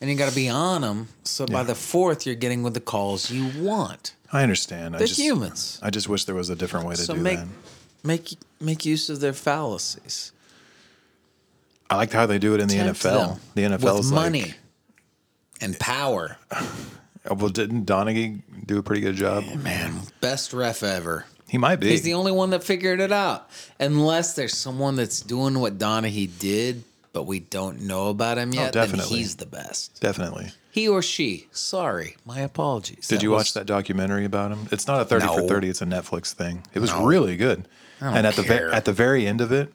And you got to be on them. So by the fourth, you're getting with the calls you want.
I understand. I
They're
just,
humans.
I just wish there was a different way to
So
do
make
that.
make make use of their fallacies.
I liked how they do it in the
tempt
NFL.
them
The NFL
with
is
money
Like,
and power.
oh, well, didn't Donaghy do a pretty good job? Um,
Man, best ref ever.
He might be.
He's the only one that figured it out. Unless there's someone that's doing what Donahue did, but we don't know about him yet. then
Oh, definitely.
he's the best.
Definitely.
He or she. Sorry, my apologies.
Did you
was-
watch that documentary about him? It's not a thirty for
No.
thirty. It's a Netflix thing. It was really good. and at the
care.
ve- at the very end of it,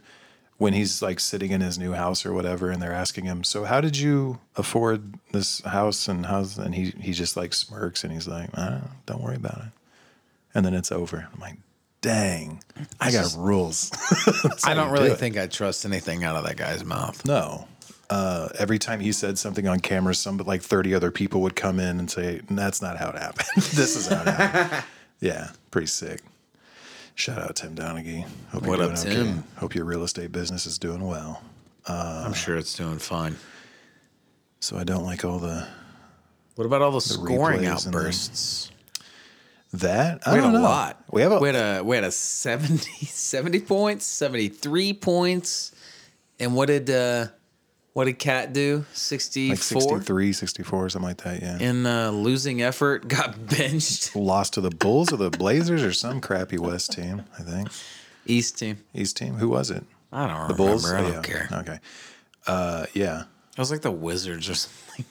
when he's like sitting in his new house or whatever, and they're asking him, "So how did you afford this house and house?" And he he just like smirks and he's like, ah, "Don't worry about it." And then it's over. I'm like, "Dang, I, got rules." That's how
I
you
don't
do
really
it.
think I trust anything out of that guy's mouth.
No. Uh, every time he said something on camera, some like 30 other people would come in and say, That's not how it happened. this is how it happened. yeah, pretty sick. Shout out Tim Donaghy. Hope
What
you're
up,
doing
Tim?
okay. Hope your real estate business is doing well.
I'm sure it's doing fine.
So I don't like all the
What about all the
replays
scoring
and the-
outbursts?
that. I
We had
don't
a
know.
lot.
We have a,
we had a we had a 70, 70 points, seventy three points, and what did uh what did Cat do? Sixty
like
four
63, 64, something like that. Yeah.
in uh, losing effort, got benched.
Lost to the Bulls or the Blazers or some crappy West team, I think.
East team.
East team. Who was it?
I don't
The
remember.
Bulls?
I
Oh,
don't
yeah.
care.
Okay. Uh, yeah.
It was like the Wizards or something.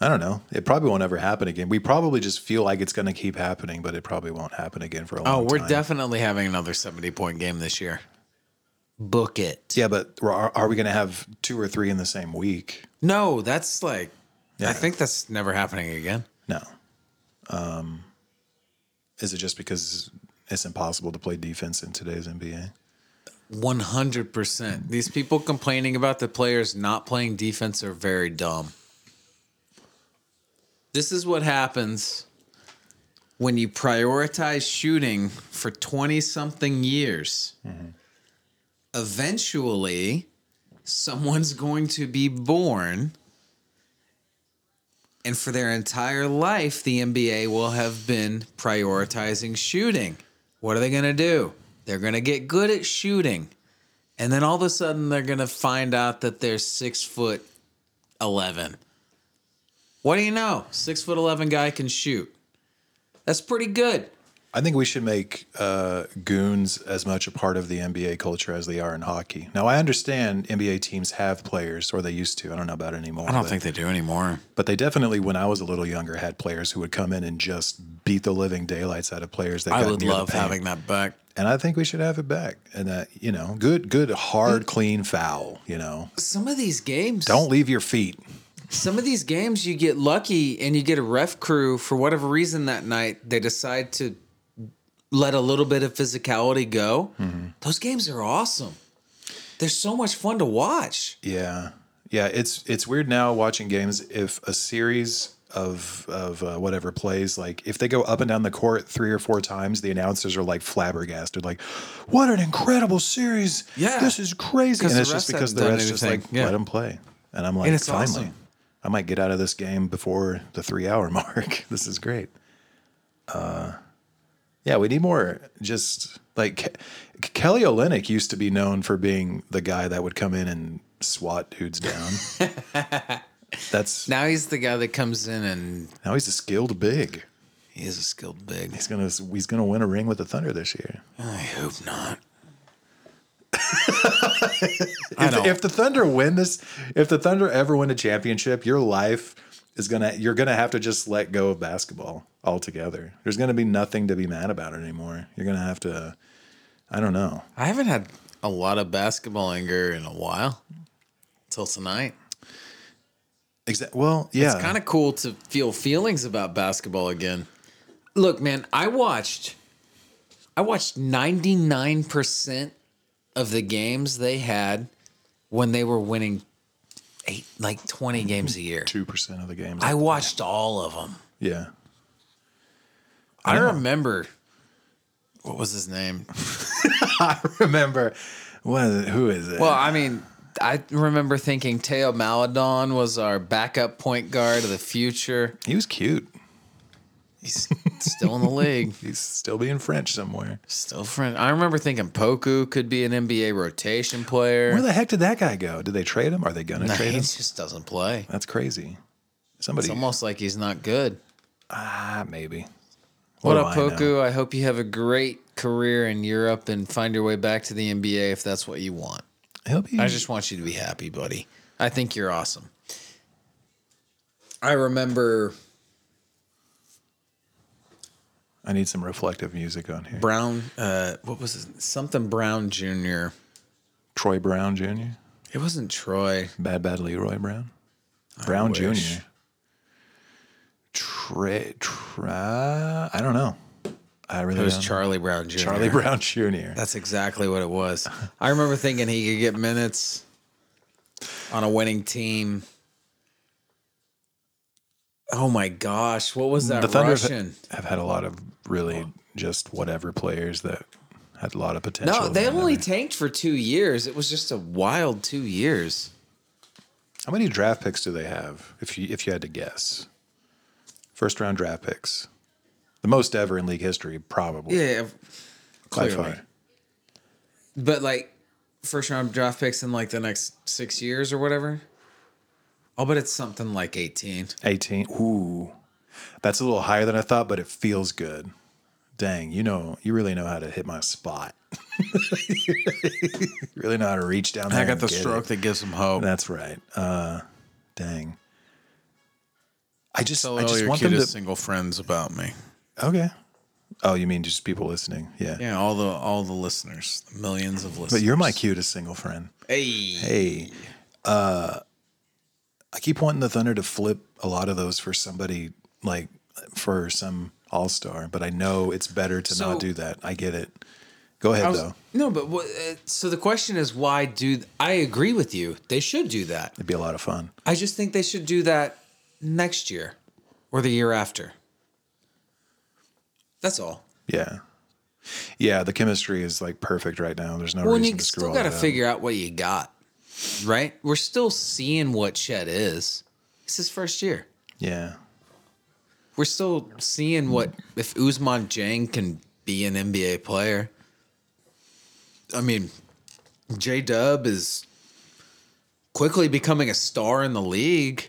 I don't know. It probably won't ever happen again. We probably just feel like it's going to keep happening, but it probably won't happen again for a long
Oh,
time.
we're definitely having another 70 point game this year. Book it.
Yeah, but we're- are, are we going to have two or three in the same week?
No, that's like,
Yeah.
I think that's never happening again.
No. Um, is it just because it's impossible to play defense in today's NBA?
100%. These people complaining about the players not playing defense are very dumb. This is what happens when you prioritize shooting for 20 something years. Eventually, someone's going to be born. And for their entire life, the NBA will have been prioritizing shooting. What are they going to do? They're going to get good at shooting. And then all of a sudden, they're going to find out that they're six foot 11. What do you know? Six foot 11 guy can shoot. That's pretty good.
I think we should make uh, goons as much a part of the NBA culture as they are in hockey. Now, I understand NBA teams have players, or they used to. I don't know about anymore. but,
they do anymore.
but they definitely, when I was a little younger, had players who would come in and just beat the living daylights out of players that
I
got
would
near the
love
paint.
having that back.
And I think we should have it back. And that you know, good, good,
Mm.
hard, clean foul. You know,
Some of these games
don't leave your feet.
Some of these games you get lucky and you get a ref crew for whatever reason that night they decide to let a little bit of physicality go. Those games are awesome. They're so much fun to watch.
Yeah, yeah. It's it's weird now watching games. If a series of of uh, whatever plays, like if they go up and down the court three or four times, the announcers are like flabbergasted, like, "What an incredible series!
Yeah.
this is crazy."
'Because
And
the
it's just
refs
because
haven't
the
done
refs just like
anything. Yeah.
let them play, and I'm like,
And it's
finally.
awesome.
I might get out of this game before the three hour mark. this is great. Uh, yeah, we need more. Just like Ke- Kelly Olynyk used to be known for being the guy that would come in and swat dudes down. That's now,
Now he's the guy that comes in and
he's a skilled big.
he's a skilled big.
He's gonna he's gonna win a ring with the Thunder this year.
I hope not. I
If,
don't.
if the Thunder win this, if the Thunder ever win a championship, your life is gonna you're gonna have to just let go of basketball altogether. There's gonna be nothing to be mad about anymore. You're gonna have to. I don't know.
I haven't had a lot of basketball anger in a while. Till tonight.
Exa- well, yeah.
It's kind of cool to feel feelings about basketball again. Look, man, I watched I watched 99% of the games they had when they were winning eight like 20 games a year.
two percent of the games.
I watched all of them.
yeah.
I remember what was his name?
I remember. What is it? Who is it?
Well, I mean, I remember thinking Teo Maladon was our backup point guard of the future.
he was cute.
He's still in the league.
He's still being French somewhere.
Still friend. I remember thinking Poku could be an NBA rotation
Where
player.
the heck did that guy go? Did they trade him? Are they gonna
Nah,
trade
he
him?
just doesn't play.
That's crazy. Somebody
It's almost like he's not good.
ah maybe.
What,
do
up,
I know?
Poku? I hope you have a great career in Europe and find your way back to the NBA if that's what you want.
He'll be.
I just want you to be happy, buddy. I think you're awesome. I remember
I need some reflective music on here.
Brown. Uh, what was his, something Brown Jr.
Troy Brown Jr.
It wasn't Troy.
Bad Bad Leroy Brown. Brown
wish.
Jr. Trey, tra- I don't know. I really
It was
don't know.
Charlie Brown Jr.
Charlie Brown Jr.
That's exactly what it was. I remember thinking he could get minutes on a winning team. Oh my gosh, what was that
The Thunder
Russian?
have, have had a lot of really just whatever players that had a lot of potential.
No, they
and
only
never-
tanked for two years. It was just a wild two years.
How many draft picks do they have? If you if you had to guess, first round draft picks, the most ever in league history, probably
Yeah,
by
clearly.
far.
but like first round draft picks in like the next six years or whatever. I'll bet it's something like eighteen.
18. Ooh. That's a little higher than I thought, but it feels good. Dang, you know, you really know how to hit my spot. you really know how to reach down there. and get it.
that gives him hope.
That's right. Uh, dang. I just,
Tell
I
all
just
your
want them
cutest
to.
single friends about me.
Okay. Oh, you mean just people listening? Yeah.
Yeah, all the all the listeners, the millions of listeners.
But you're my cutest single friend.
Hey.
Hey, uh, I keep wanting the Thunder to flip a lot of those for somebody like for some All Star, but I know it's better to
So-
not do that. I get it. Go ahead
I was-
though.
no, but what, uh, so the question is why do I agree with you? They should do that.
It'd be a lot of fun.
I just think they should do that next year or the year after. That's all.
Yeah. Yeah, the chemistry is like perfect right now. There's no
Well, and
reason
you
to screw
still
all
got to
that up.
figure out what you got, right? We're still seeing what Chet is. It's his first year.
Yeah.
We're still seeing what if Usman Jang can be an NBA player. I mean, J Dub is quickly becoming a star in the league.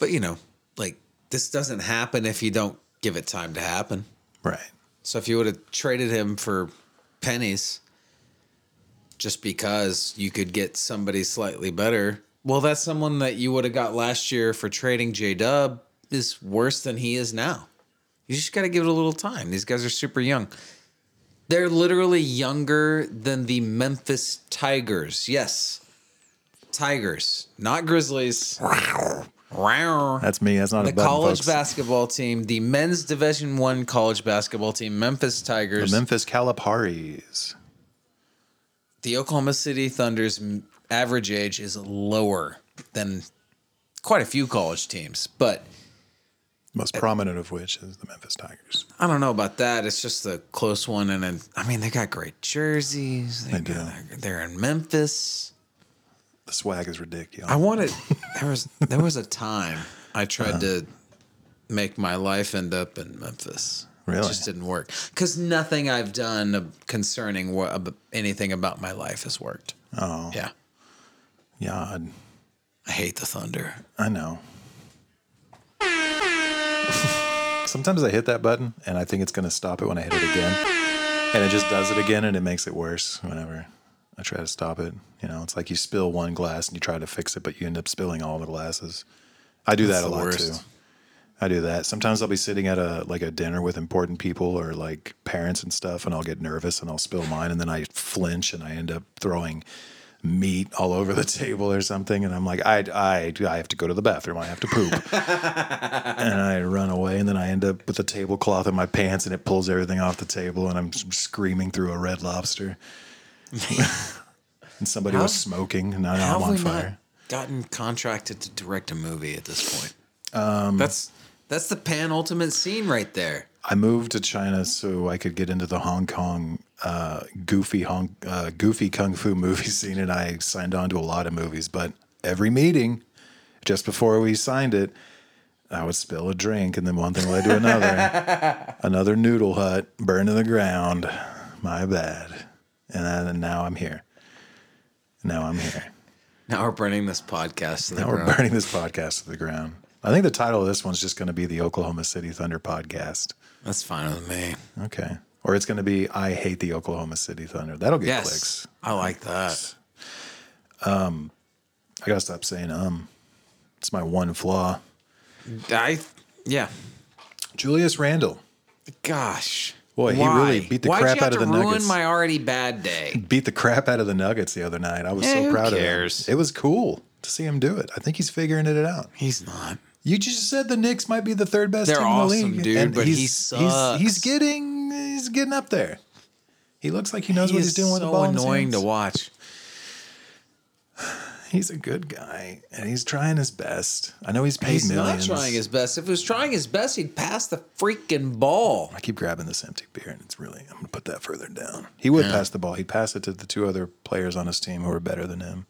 But you know, like this doesn't happen if you don't give it time to happen.
Right.
So if you would have traded him for pennies just because you could get somebody slightly better, well, that's someone that you would have got last year for trading J Dub is worse than he is now. You just got to give it a little time. These guys are super young. They're literally younger than the Memphis Tigers. Yes. Tigers, not Grizzlies. Rawr
That's me. That's not
the
a button,
college
folks.
basketball team, the men's Division One college basketball team, Memphis
The
Tigers, the,
Memphis Caliparis.
Oklahoma City Thunder's m- average age is lower than quite a few college teams, but
Most prominent of which is the Memphis Tigers.
I don't know about that. It's just a close one, and then, I mean they got great jerseys. They
They do.
got- They're in Memphis.
The swag is ridiculous.
I wanted there was there was a time I tried to make my life end up in Memphis. It
Really?
just didn't work because nothing I've done concerning what ab- anything about my life has worked.
oh,
Yeah,
yod.
I hate the thunder.
I know. Sometimes I hit that button and I think it's going to stop it when I hit it again. And it just does it again and it makes it worse whenever I try to stop it. You know, it's like you spill one glass and you try to fix it, but you end up spilling all the glasses. I do that
the
a lot
worst.
too. I do that. Sometimes I'll be sitting at a like a dinner with important people or like parents and stuff and I'll get nervous and I'll spill mine and then I flinch and I end up throwing meat all over the table or something and I'm like I I I have to go to the bathroom. I have to poop. and I run away and then I end up with a tablecloth in my pants and it pulls everything off the table and I'm screaming through a red lobster. and somebody was smoking and now
How
I'm
have
on
we
fire.
not gotten contracted to direct a movie at this point? Um, that's that's the penultimate scene right there.
I moved to China so I could get into the Hong Kong uh, goofy Hong uh, goofy kung fu movie scene, and I signed on to a lot of movies. But every meeting, just before we signed it, I would spill a drink, and then one thing led to another. another noodle hut burned to the ground. My bad. And, then, and now I'm here. Now I'm here.
Now we're burning this podcast. to the
Now we're
ground.
burning this podcast to the ground. I think the title of this one's just going to be the Oklahoma City Thunder podcast.
That's fine with me.
Okay. Or it's going to be I hate the Oklahoma City Thunder. That'll get
Yes,
clicks.
I like that.
I got to stop saying um. It's my one flaw.
I yeah.
Julius Randle
Gosh.
Boy, he really beat the
Why'd
crap
you have
out of
to
the
ruin
Nuggets.
my already bad day?
beat the crap out of the Nuggets the other night. I was
Eh,
so
who
proud
cares?
of him. It was cool to see him do it. I think he's figuring it out.
He's not.
You just said the Knicks might be the third best
They're
team in
awesome,
the league.
dude, but he
He's, he's
sucks.
getting he's getting up there. He looks like he knows
He
what
is
he's doing with
so
the ball. in his
annoying
hands.
to watch.
He's a good guy and he's trying his best. I know he's paid
He's
millions.
not trying his best. If he was trying his best, he'd pass the freaking ball.
I keep grabbing this empty beer, and it's really I'm gonna put that further down. He would pass the ball. He'd pass it to the two other players on his team who are better than him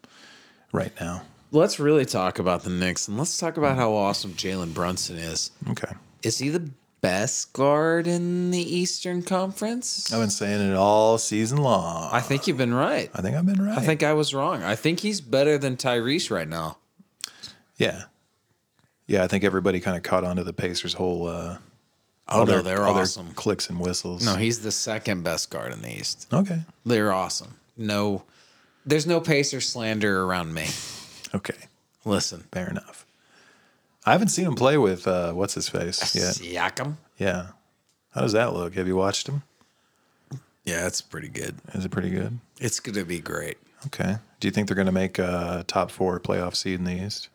right now.
Let's really talk about the Knicks and let's talk about how awesome Jalen Brunson is.
Okay,
Is he the best guard in the Eastern Conference?
I've been saying it all season long.
I
I,
think you've been right.
think I've been right.
I think I was wrong. I think he's better than Tyrese right now.
yeah, yeah. I think everybody kind of caught on to the Pacers' whole uh,
Oh,
all
no,
their-
they're
all their
awesome.
clicks and whistles.
No, he's the second best guard in the East.
okay,
They're awesome. No, there's no Pacer slander around me.
okay,
Listen,
fair enough. I haven't seen him play with uh, what's his face yet.
Siakam.
Yeah. How does that look? Have you watched him?
Yeah, it's pretty good.
Is it pretty good?
It's gonna be great.
Okay. Do you think they're going to make a top four playoff seed in the East?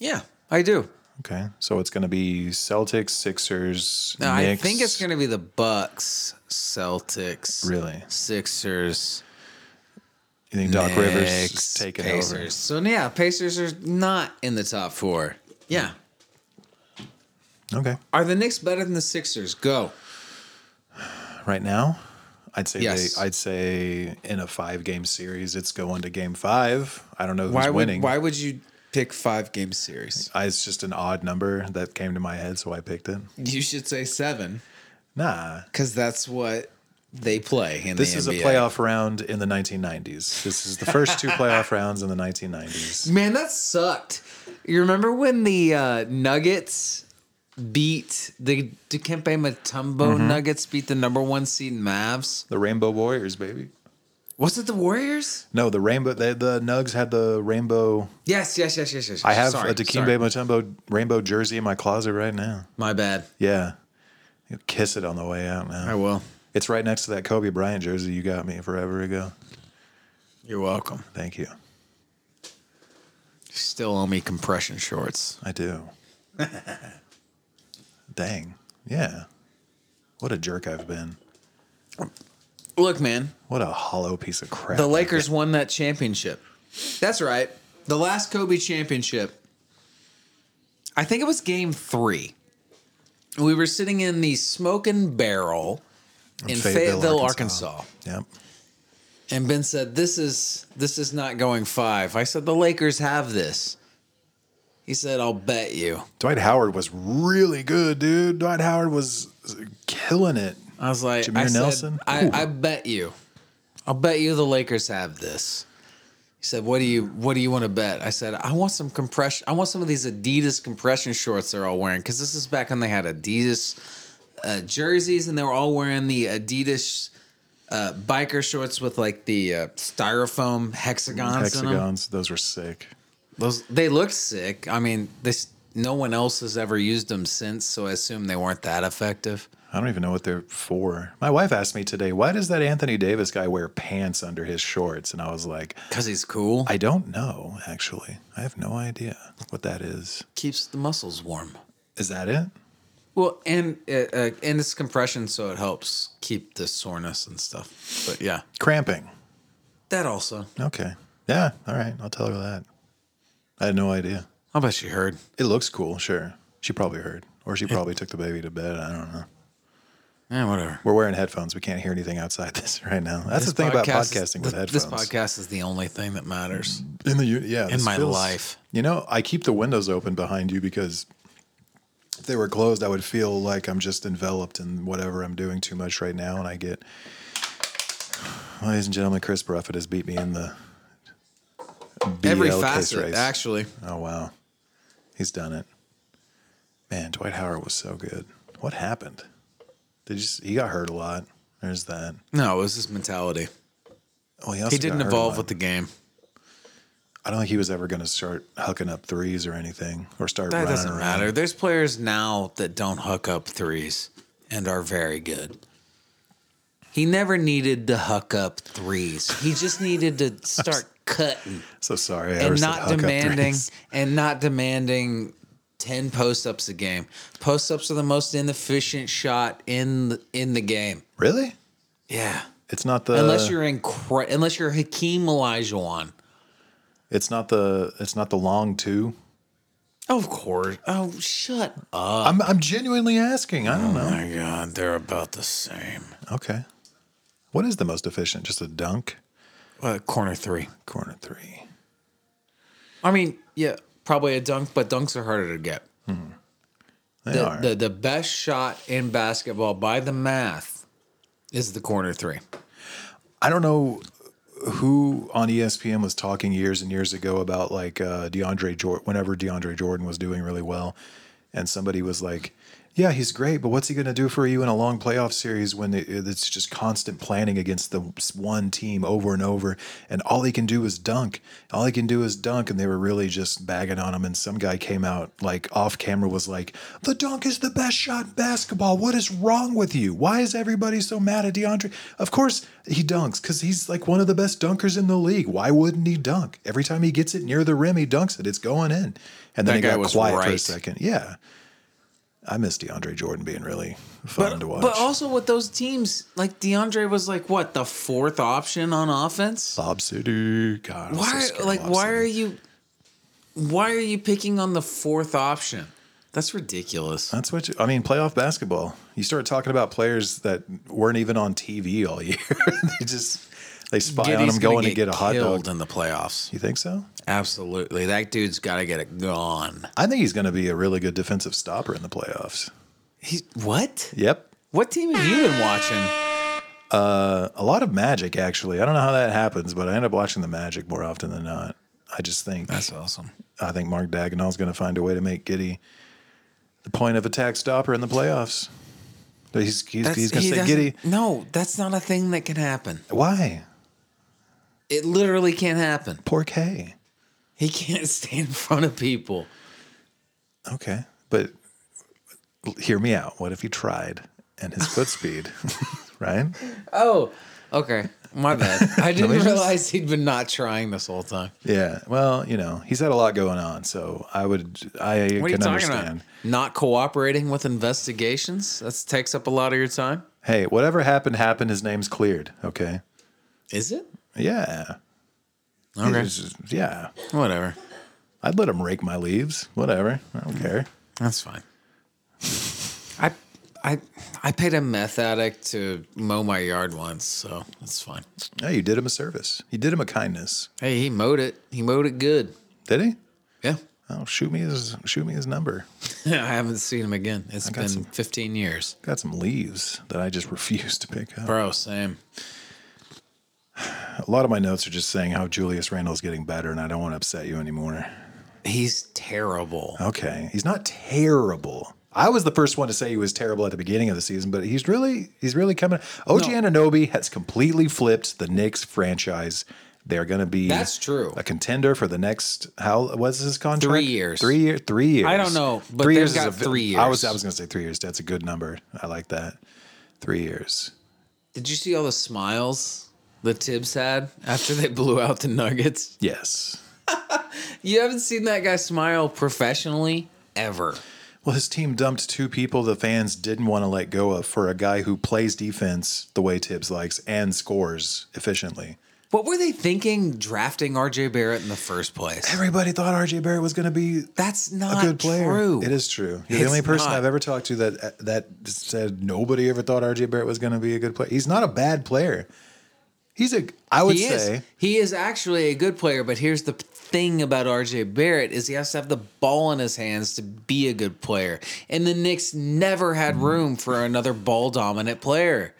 Yeah, I do.
Okay. So it's going to be Celtics, Sixers,
No, I
Knicks.
think it's going to be the Bucks, Celtics,
Really?
Sixers,
You think Doc Rivers is
Knicks,
taking
Pacers. So yeah, Pacers are not in the top four. Yeah.
over? Okay.
Are the Knicks better than the Sixers? Go.
Right now, I'd say
Yes.
they, I'd say in a five game series, it's going to game five. I don't know who's
Why would
winning.
why would you pick five game series?
I, it's just an odd number that came to my head, so I picked it.
You should say seven
Nah,
because that's what they play in
this
the
is
NBA.
a playoff round in the 1990s. This is the first two playoff rounds in the 1990s.
Man, that sucked. You remember when the uh, Nuggets beat the Dikembe Mutombo
Mm-hmm.
Nuggets beat the number one seed Mavs?
The Rainbow Warriors, baby.
Was it the Warriors?
No, the Rainbow. They, the Nugs had the Rainbow.
Yes, yes, yes, yes, yes.
I have
Sorry,
a Dikembe
sorry.
Mutombo Rainbow jersey in my closet right now.
My bad.
Yeah, you kiss it on the way out now.
I will.
It's right next to that Kobe Bryant jersey you got me forever ago.
You're welcome.
Thank you.
Still owe me compression shorts.
I do. Dang. Yeah. What a jerk I've been.
Look, man,
What a hollow piece of crap.
the Lakers won that championship. That's right. The last Kobe championship. I think it was game three. We were sitting in the smoking barrel in Fayetteville, Arkansas.
Yep.
And Ben said, This is this is not going five. I said, The Lakers have this. He said, I'll bet you.
Dwight Howard was really good, dude. Dwight Howard was killing it.
I was like,
Jameer
I said,
Nelson? Ooh.
I, I bet you. I'll bet you the Lakers have this. He said, What do you what do you want to bet? I said, I want some compression. I want some of these Adidas compression shorts they're all wearing. Because this is back when they had Adidas uh, jerseys and they were all wearing the Adidas uh, biker shorts with like the uh, styrofoam hexagons, in them.
Hexagons, those were sick.
Those they looked sick. I mean, this no one else has ever used them since, so I assume they weren't that effective.
I don't even know what they're for. My wife asked me today, why does that Anthony Davis guy wear pants under his shorts? And I was like,
Cause he's cool.
I don't know, actually. I have no idea what that is.
keeps the muscles warm.
Is that it?
Well, and uh, uh, and it's compression, so it helps keep the soreness and stuff. But yeah,
Cramping.
that also.
Okay. Yeah. All right. I'll tell her that. I had no idea.
I bet she heard.
It looks cool. Sure. She probably heard, or she probably took the baby to bed. I don't know.
Yeah, whatever.
We're wearing headphones. We can't hear anything outside this right now. That's the thing about
Podcast
podcasting
is-
with
th-
headphones.
This podcast is the only thing that matters.
in the u- yeah this
my life.
You know, I keep the windows open behind you because if they were closed, I would feel like I'm just enveloped in whatever I'm doing too much right now, and I get. Ladies and gentlemen, Chris Bruffett has beat me in the BL
Every
kiss
facet,
race.
actually.
Oh wow, he's done it. Man, Dwight Howard was so good. What happened? Did you? s- He got hurt a lot. There's that.
No, it was his mentality.
Oh, he, also
He didn't
got hurt a
evolve
lot.
with the game.
I don't think he was ever going to start hooking up threes or anything, or start.
That
running
doesn't
around.
matter. There's players now that don't hook up threes and are very good. He never needed to hook up threes. He just needed to start cutting
So sorry, I ever
and
said
not
hook up
demanding
threes.
and not demanding 10 post-ups a game. Post-ups are the most inefficient shot in the, in the game.
Really?
Yeah.
It's not the.
unless you're incre- unless you're Hakeem Olajuwon.
It's not the. It's not the long two.
Of course. Oh, shut up.
I'm. I'm genuinely asking. I don't know.
My God, they're about the same.
Okay. What is the most efficient? Just a dunk,
Uh, corner 3.
corner three.
I mean, yeah, probably a dunk, but dunks are harder to get.
They
The,
are.
the the best shot in basketball by the math is the corner three.
I don't know who on E ESPN was talking years and years ago about like uh, DeAndre Jordan, whenever DeAndre Jordan was doing really well. And somebody was like, yeah, he's great, but what's he going to do for you in a long playoff series when it- it's just constant planning against the one team over and over? And all he can do is dunk. All he can do is dunk. And they were really just bagging on him. And some guy came out, like off camera, was like, The dunk is the best shot in basketball. What is wrong with you? Why is everybody so mad at DeAndre? Of course he dunks because he's like one of the best dunkers in the league. Why wouldn't he dunk? Every time he gets it near the rim, he dunks it. It's going in. And then
That
it
guy
got
was
quiet for a
right.
second. Yeah. I miss DeAndre Jordan being really fun
But,
to watch.
but also with those teams, like DeAndre was like what the fourth option on offense.
Bob City. God, I'm so
Why,
scared of
like,
Bob
why
City.
are you, why are you picking on the fourth option? That's ridiculous.
That's what you, I mean. Playoff basketball. You start talking about players that weren't even on TV all year. they just they spy on
Giddy's
them
gonna
going to get a hot
killed
dog.
in the playoffs.
You think so?
Absolutely, that dude's got to get it gone.
I think he's going to be a really good defensive stopper in the playoffs.
He what?
Yep.
What team have you been watching?
A lot of magic, actually. I don't know how that happens, but I end up watching the magic more often than not. I just think
That's awesome.
I think Mark Dagnall's going to find a way to make Giddy the point of attack stopper in the playoffs. He's, he's,
That's-
he's going
he
to say,
doesn't-
Giddy,
No, that's not a thing that can happen.
why?
It literally can't happen.
Poor K.
He can't stay in front of people.
Okay. But hear me out. What if he tried and his foot speed, right?
Oh, okay. My bad. I didn't
me just-
realize he'd been not trying this whole time.
Yeah. Well, you know, he's had a lot going on. So I would, I
What are you
can
talking
understand.
about? Not cooperating with investigations? That takes up a lot of your time.
Hey, whatever happened, happened. His name's cleared. Okay.
Is it?
Yeah.
Okay.
He's just- yeah.
Whatever.
I'd let him rake my leaves. Whatever. I don't care.
That's fine. I I I paid a meth addict to mow my yard once, so that's fine.
No, you did him a service. You did him a kindness.
Hey, he mowed it. He mowed it good.
Did he?
Yeah.
Oh, shoot me his shoot me his number.
I haven't seen him again. It's
got
been
some-
15 years.
Got some leaves that I just refuse to pick up.
Bro, same.
A lot of my notes are just saying how Julius Randle's getting better, and I don't want to upset you anymore.
He's terrible.
Okay, he's not terrible. I was the first one to say he was terrible at the beginning of the season, but he's really he's really coming. OG Ananobi has completely flipped the Knicks franchise. They're going to be
That's true.
a contender for the next how was his contract?
Three years.
Three year, three years.
I don't know, but they've
is
got
a vi-
three
I was
years.
I was going to say three years. That's a good number. I like that. Three years.
Did you see all the smiles the Tibbs had after they blew out the Nuggets?
Yes.
You haven't seen that guy smile professionally ever.
Well, his team dumped two people the fans didn't want to let go of for a guy who plays defense the way Tibbs likes and scores efficiently.
What were they thinking drafting RJ Barrett in the first place?
Everybody thought RJ Barrett was going to be
That's
a
not
good player.
true.
It is true. You're the
It's
only person
not.
I've ever talked to that that said nobody ever thought RJ Barrett was going to be a good player. He's not a bad player. He's a I would
He is.
say
He is actually a good player, but here's the thing about RJ Barrett is he has to have the ball in his hands to be a good player. And the Knicks never
Mm.
had room for another ball dominant player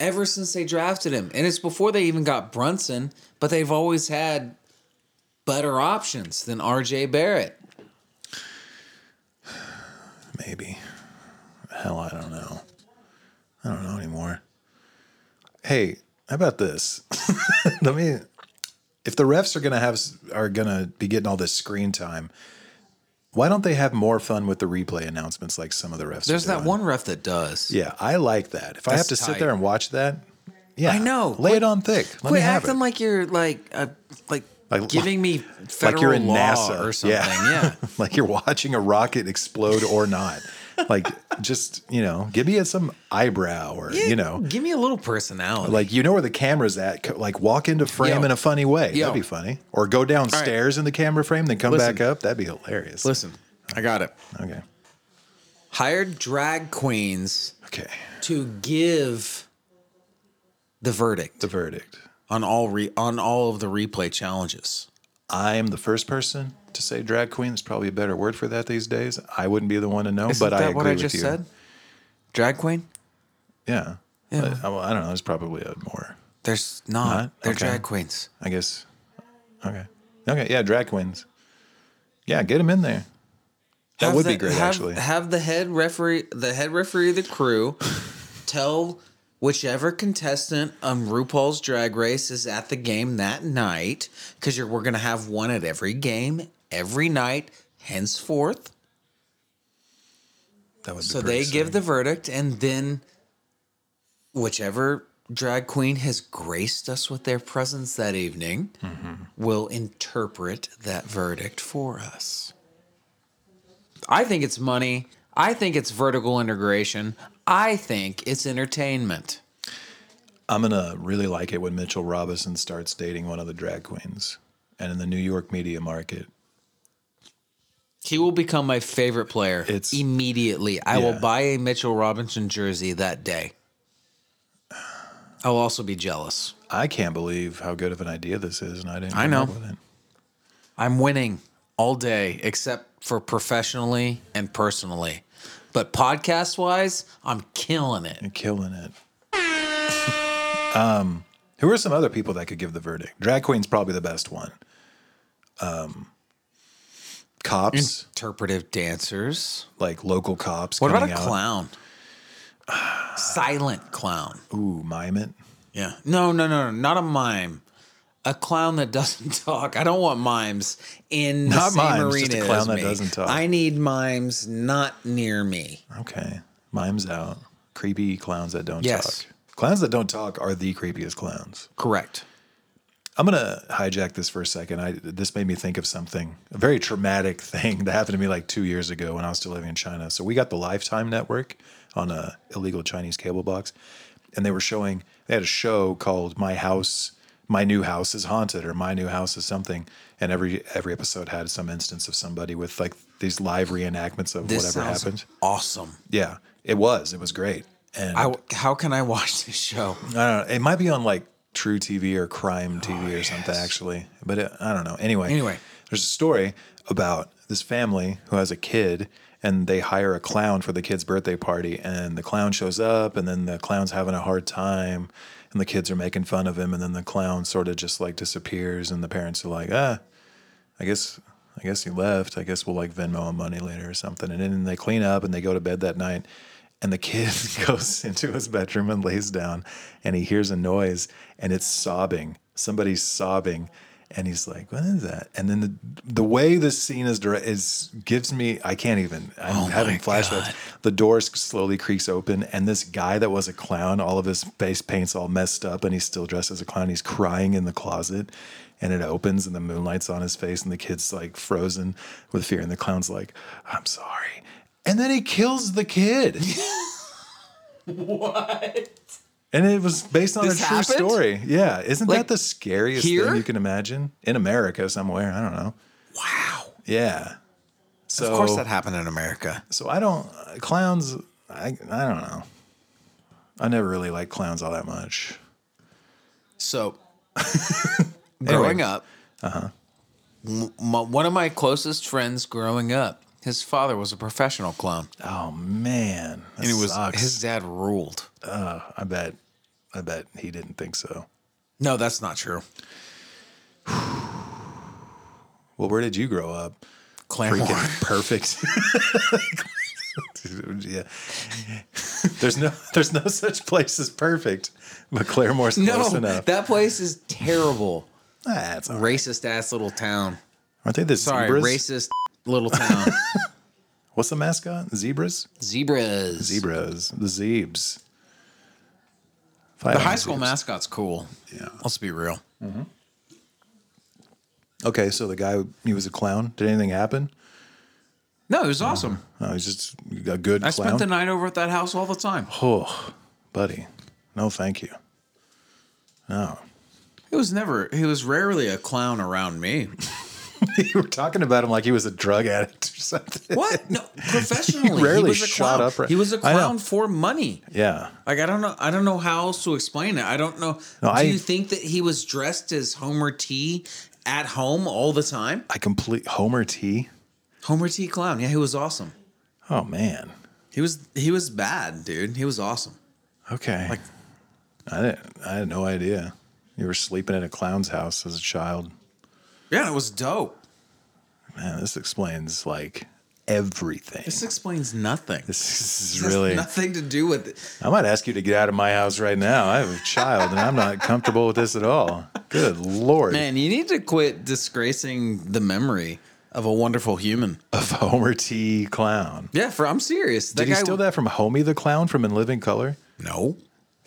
ever since they drafted him. And it's before they even got Brunson, but they've always had better options than RJ Barrett.
maybe. Hell, I don't know. I don't know anymore. Hey, how about this? Let me. If the refs are gonna have are gonna be getting all this screen time, why don't they have more fun with the replay announcements like some of the refs? are
There's that
doing?
one ref that does.
Yeah, I like that. If I have
That's
to sit
tight.
there and watch that, yeah,
I know.
Lay
Quit-
it on thick. Let me
Quit
have
acting
it.
like you're like uh, like,
Like-
giving me federal
like you're in
law
NASA
or something. yeah.
like you're watching a rocket explode or not. like just you know, give me some eyebrow or you know,
Eh, Give me a little personality.
like you know where the camera's at. c- Like walk into frame
Yo.
in a funny way.
Yo.
That'd be funny. Or go downstairs in the camera frame, then come
Listen.
back up. That'd be hilarious.
Listen,
I got it.
Okay.
hired drag queens
Okay.
to give the verdict
The verdict.
on all re- on all of the replay challenges.
I'm the first person to say drag queen. There's probably a better word for that these days. I wouldn't be the one to know,
Isn't
but I
that
agree
what I
with
just
you.
said? Drag queen?
Yeah.
Yeah.
But, I, well, I don't know. There's probably a more.
There's not.
Not?
They're
Okay.
drag queens.
I guess. Okay. Okay. Yeah. Drag queens. Yeah. Get them in there. That
Have
would be
the-
great,
have-
actually.
Have the head referee, the head referee of the crew, tell whichever contestant on RuPaul's Drag Race is at the game that night, because we're gonna have one at every game every night henceforth.
That would be
So
pretty
they
sick.
give the verdict, and then whichever drag queen has graced us with their presence that evening will interpret that verdict for us. I think it's money. I think it's vertical integration. I think it's entertainment.
I'm gonna really like it when Mitchell Robinson starts dating one of the drag queens, and in the New York media market,
He will become my favorite player
It's-
immediately. I will
yeah.
buy a Mitchell Robinson jersey that day. I'll also be jealous.
I can't believe how good of an idea this is, and I didn't.
I
come
know.
up with it.
I'm winning all day, except for professionally and personally. But podcast wise, I'm killing it.
You're killing it. um, who are some other people that could give the verdict? Drag queen's probably the best one. Um, cops,
Interpretive dancers.
like local cops.
What about a
coming out.
clown? Silent clown.
Ooh, mime it.
Yeah. No, no, no, no, not a mime. A clown that doesn't talk. I don't want mimes in the
Not
same
mimes,
arena
just a
as
clown that
me.
doesn't talk.
I need mimes not near me.
Okay, mimes out. Creepy clowns that don't
Yes.
talk. Clowns that don't talk are the creepiest clowns.
Correct.
I'm gonna hijack this for a second. I this made me think of something, a very traumatic thing that happened to me like two years ago when I was still living in China. So we got the Lifetime network on a illegal Chinese cable box, and they were showing they had a show called My House, My New House is Haunted or My New House is something, and every every episode had some instance of somebody with like these live reenactments of
This
whatever
sounds
happened.
awesome.
Yeah, it was it was great. And
I, how can I watch this show?
I don't know. It might be on like True TV or Crime TV or something, actually. But it, I don't know. Anyway,
Anyway.
there's a story about this family who has a kid and they hire a clown for the kid's birthday party. And the clown shows up, and then the clown's having a hard time, and the kids are making fun of him. And then the clown sort of just like disappears, and the parents are like, ah, I guess I guess he left. I guess we'll like Venmo him money later or something. And then they clean up and they go to bed that night. And the kid goes into his bedroom and lays down and he hears a noise and it's sobbing. Somebody's sobbing. And he's like, "What is that?" And then the the way this scene is direct is gives me I can't even. I'm having flashbacks. The door s- slowly creaks open, and this guy that was a clown, all of his face paint's all messed up, and he's still dressed as a clown. He's crying in the closet, and it opens and the moonlight's on his face and the kid's like frozen with fear and the clown's like i'm sorry and then he kills the kid what and it was based on
This
a true
happened?
story yeah isn't
Like,
that the scariest
here?
thing you can imagine in america somewhere i don't know
Wow.
yeah so
Of course, that happened in America.
so i don't uh, clowns i i don't know i never really liked clowns all that much
So, growing
Anyway.
up,
Uh-huh.
m- my- one of my closest friends growing up, his father was a professional clown,
oh man that
and it was
sucks.
his dad ruled.
i bet i bet he didn't think so
No, that's not true.
Well, where did you grow up?
Claremore.
Freaking perfect. yeah. There's no there's no such place as perfect, but Claremore's
No,
close enough.
that place is terrible.
ah, it's all right.
Racist ass little town.
Aren't they the
Sorry,
zebras?
racist little town.
What's the mascot? Zebras?
Zebras.
Zebras. The zebes.
The high school mascot's cool.
Yeah.
Let's be real.
Okay, so the guy he was a clown. Did anything happen?
No, it was awesome.
No, he's just a good
I
clown.
spent the night over at that house all the time.
oh, buddy. No, thank you. No.
It was never. He was rarely a clown around me.
you were talking about him like he was a drug addict or something.
What? No, professionally.
rarely
he was a
shot
clown.
upright.
He was a
I know.
clown for money.
Yeah.
Like I don't know. I don't know how else to explain it. I don't know.
No,
Do
I-
you think that he was dressed as Homer T at home all the time?
I complete Homer T.
Homer T clown. Yeah, he was awesome.
Oh man.
He was he was bad, dude. He was awesome.
Okay. I didn't I had no idea. You were sleeping in a clown's house as a child.
Yeah, it was dope.
Man, this explains like everything.
This explains nothing.
This is
This has
really.
nothing to do with it.
I might ask you to get out of my house right now. I have a child and I'm not comfortable with this at all. Good lord.
Man, you need to quit disgracing the memory.
Of a wonderful human.
Of Homer T. Clown.
Yeah, for I'm serious. That
Did he
guy-
steal that from Homie the Clown from In Living Color?
No.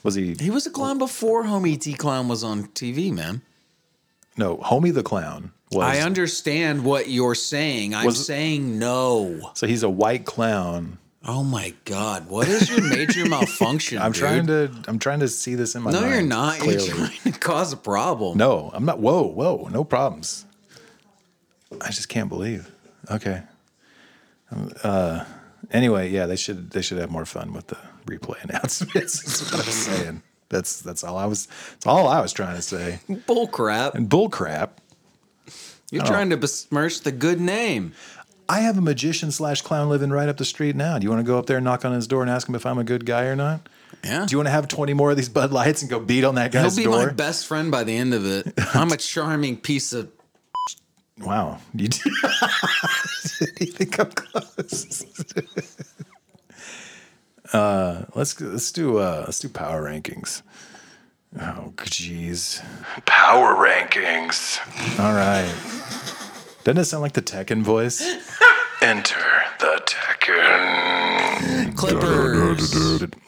Was he?
He was a clown before Homie T Clown was on TV, man.
No, Homie the Clown was.
I understand what you're saying. I'm
Was-
saying no.
so he's a white clown.
Oh my god, what is your major malfunction?
I'm
dude?
trying to. I'm trying to see this in my.
No,
mind,
you're not.
Clearly.
You're trying to cause a problem.
No, I'm not. Whoa, whoa, no problems. I just can't believe. Okay. Um, Uh, anyway, yeah, they should they should have more fun with the replay announcements. That's what I'm saying. That's that's all I was. That's all I was trying to say.
Bull crap.
And bull crap.
You're trying to besmirch the good name.
I have a magician slash clown living right up the street now. Do you want to go up there and knock on his door and ask him if I'm a good guy or not?
Yeah.
Do you want to have 20 more of these Bud Lights and go beat on that
He'll
guy's
be my
door?
best friend by the end of it. I'm a charming piece of.
Wow. You do you think I'm close? uh, let's let's do uh, let's do power rankings. Oh jeez.
Power rankings.
All right. Doesn't it sound like the Tekken voice?
Enter the Tekken.
Clippers.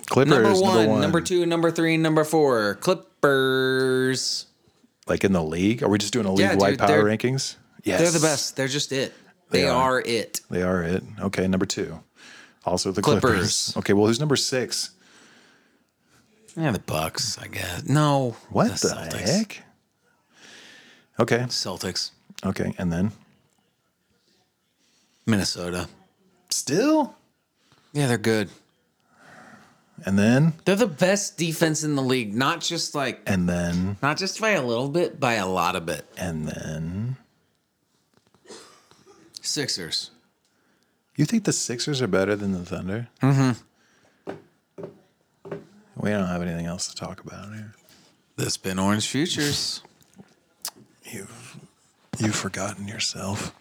Clippers
Number one, number two, number three, number four. Clippers.
Like in the league? Are we just doing a
Yeah,
league wide
dude,
power
they're-
rankings? Yes.
They're the best. They're just it. They, are.
are.
it.
They are it. Okay, number two. Also the Clippers.
Clippers.
Okay, well who's number six?
Yeah, the Bucks, I guess. No.
What the, heck? Okay.
Celtics.
Okay, and then
Minnesota.
still?
Yeah, they're good.
And then,
They're the best defense in the league. Not just like
and then,
not just by a little bit, by a lot of bit.
and then.
Sixers.
You think the Sixers are better than the Thunder? Mm-hmm. We don't have anything else to talk about here.
This been Orange Futures.
You've you've forgotten yourself.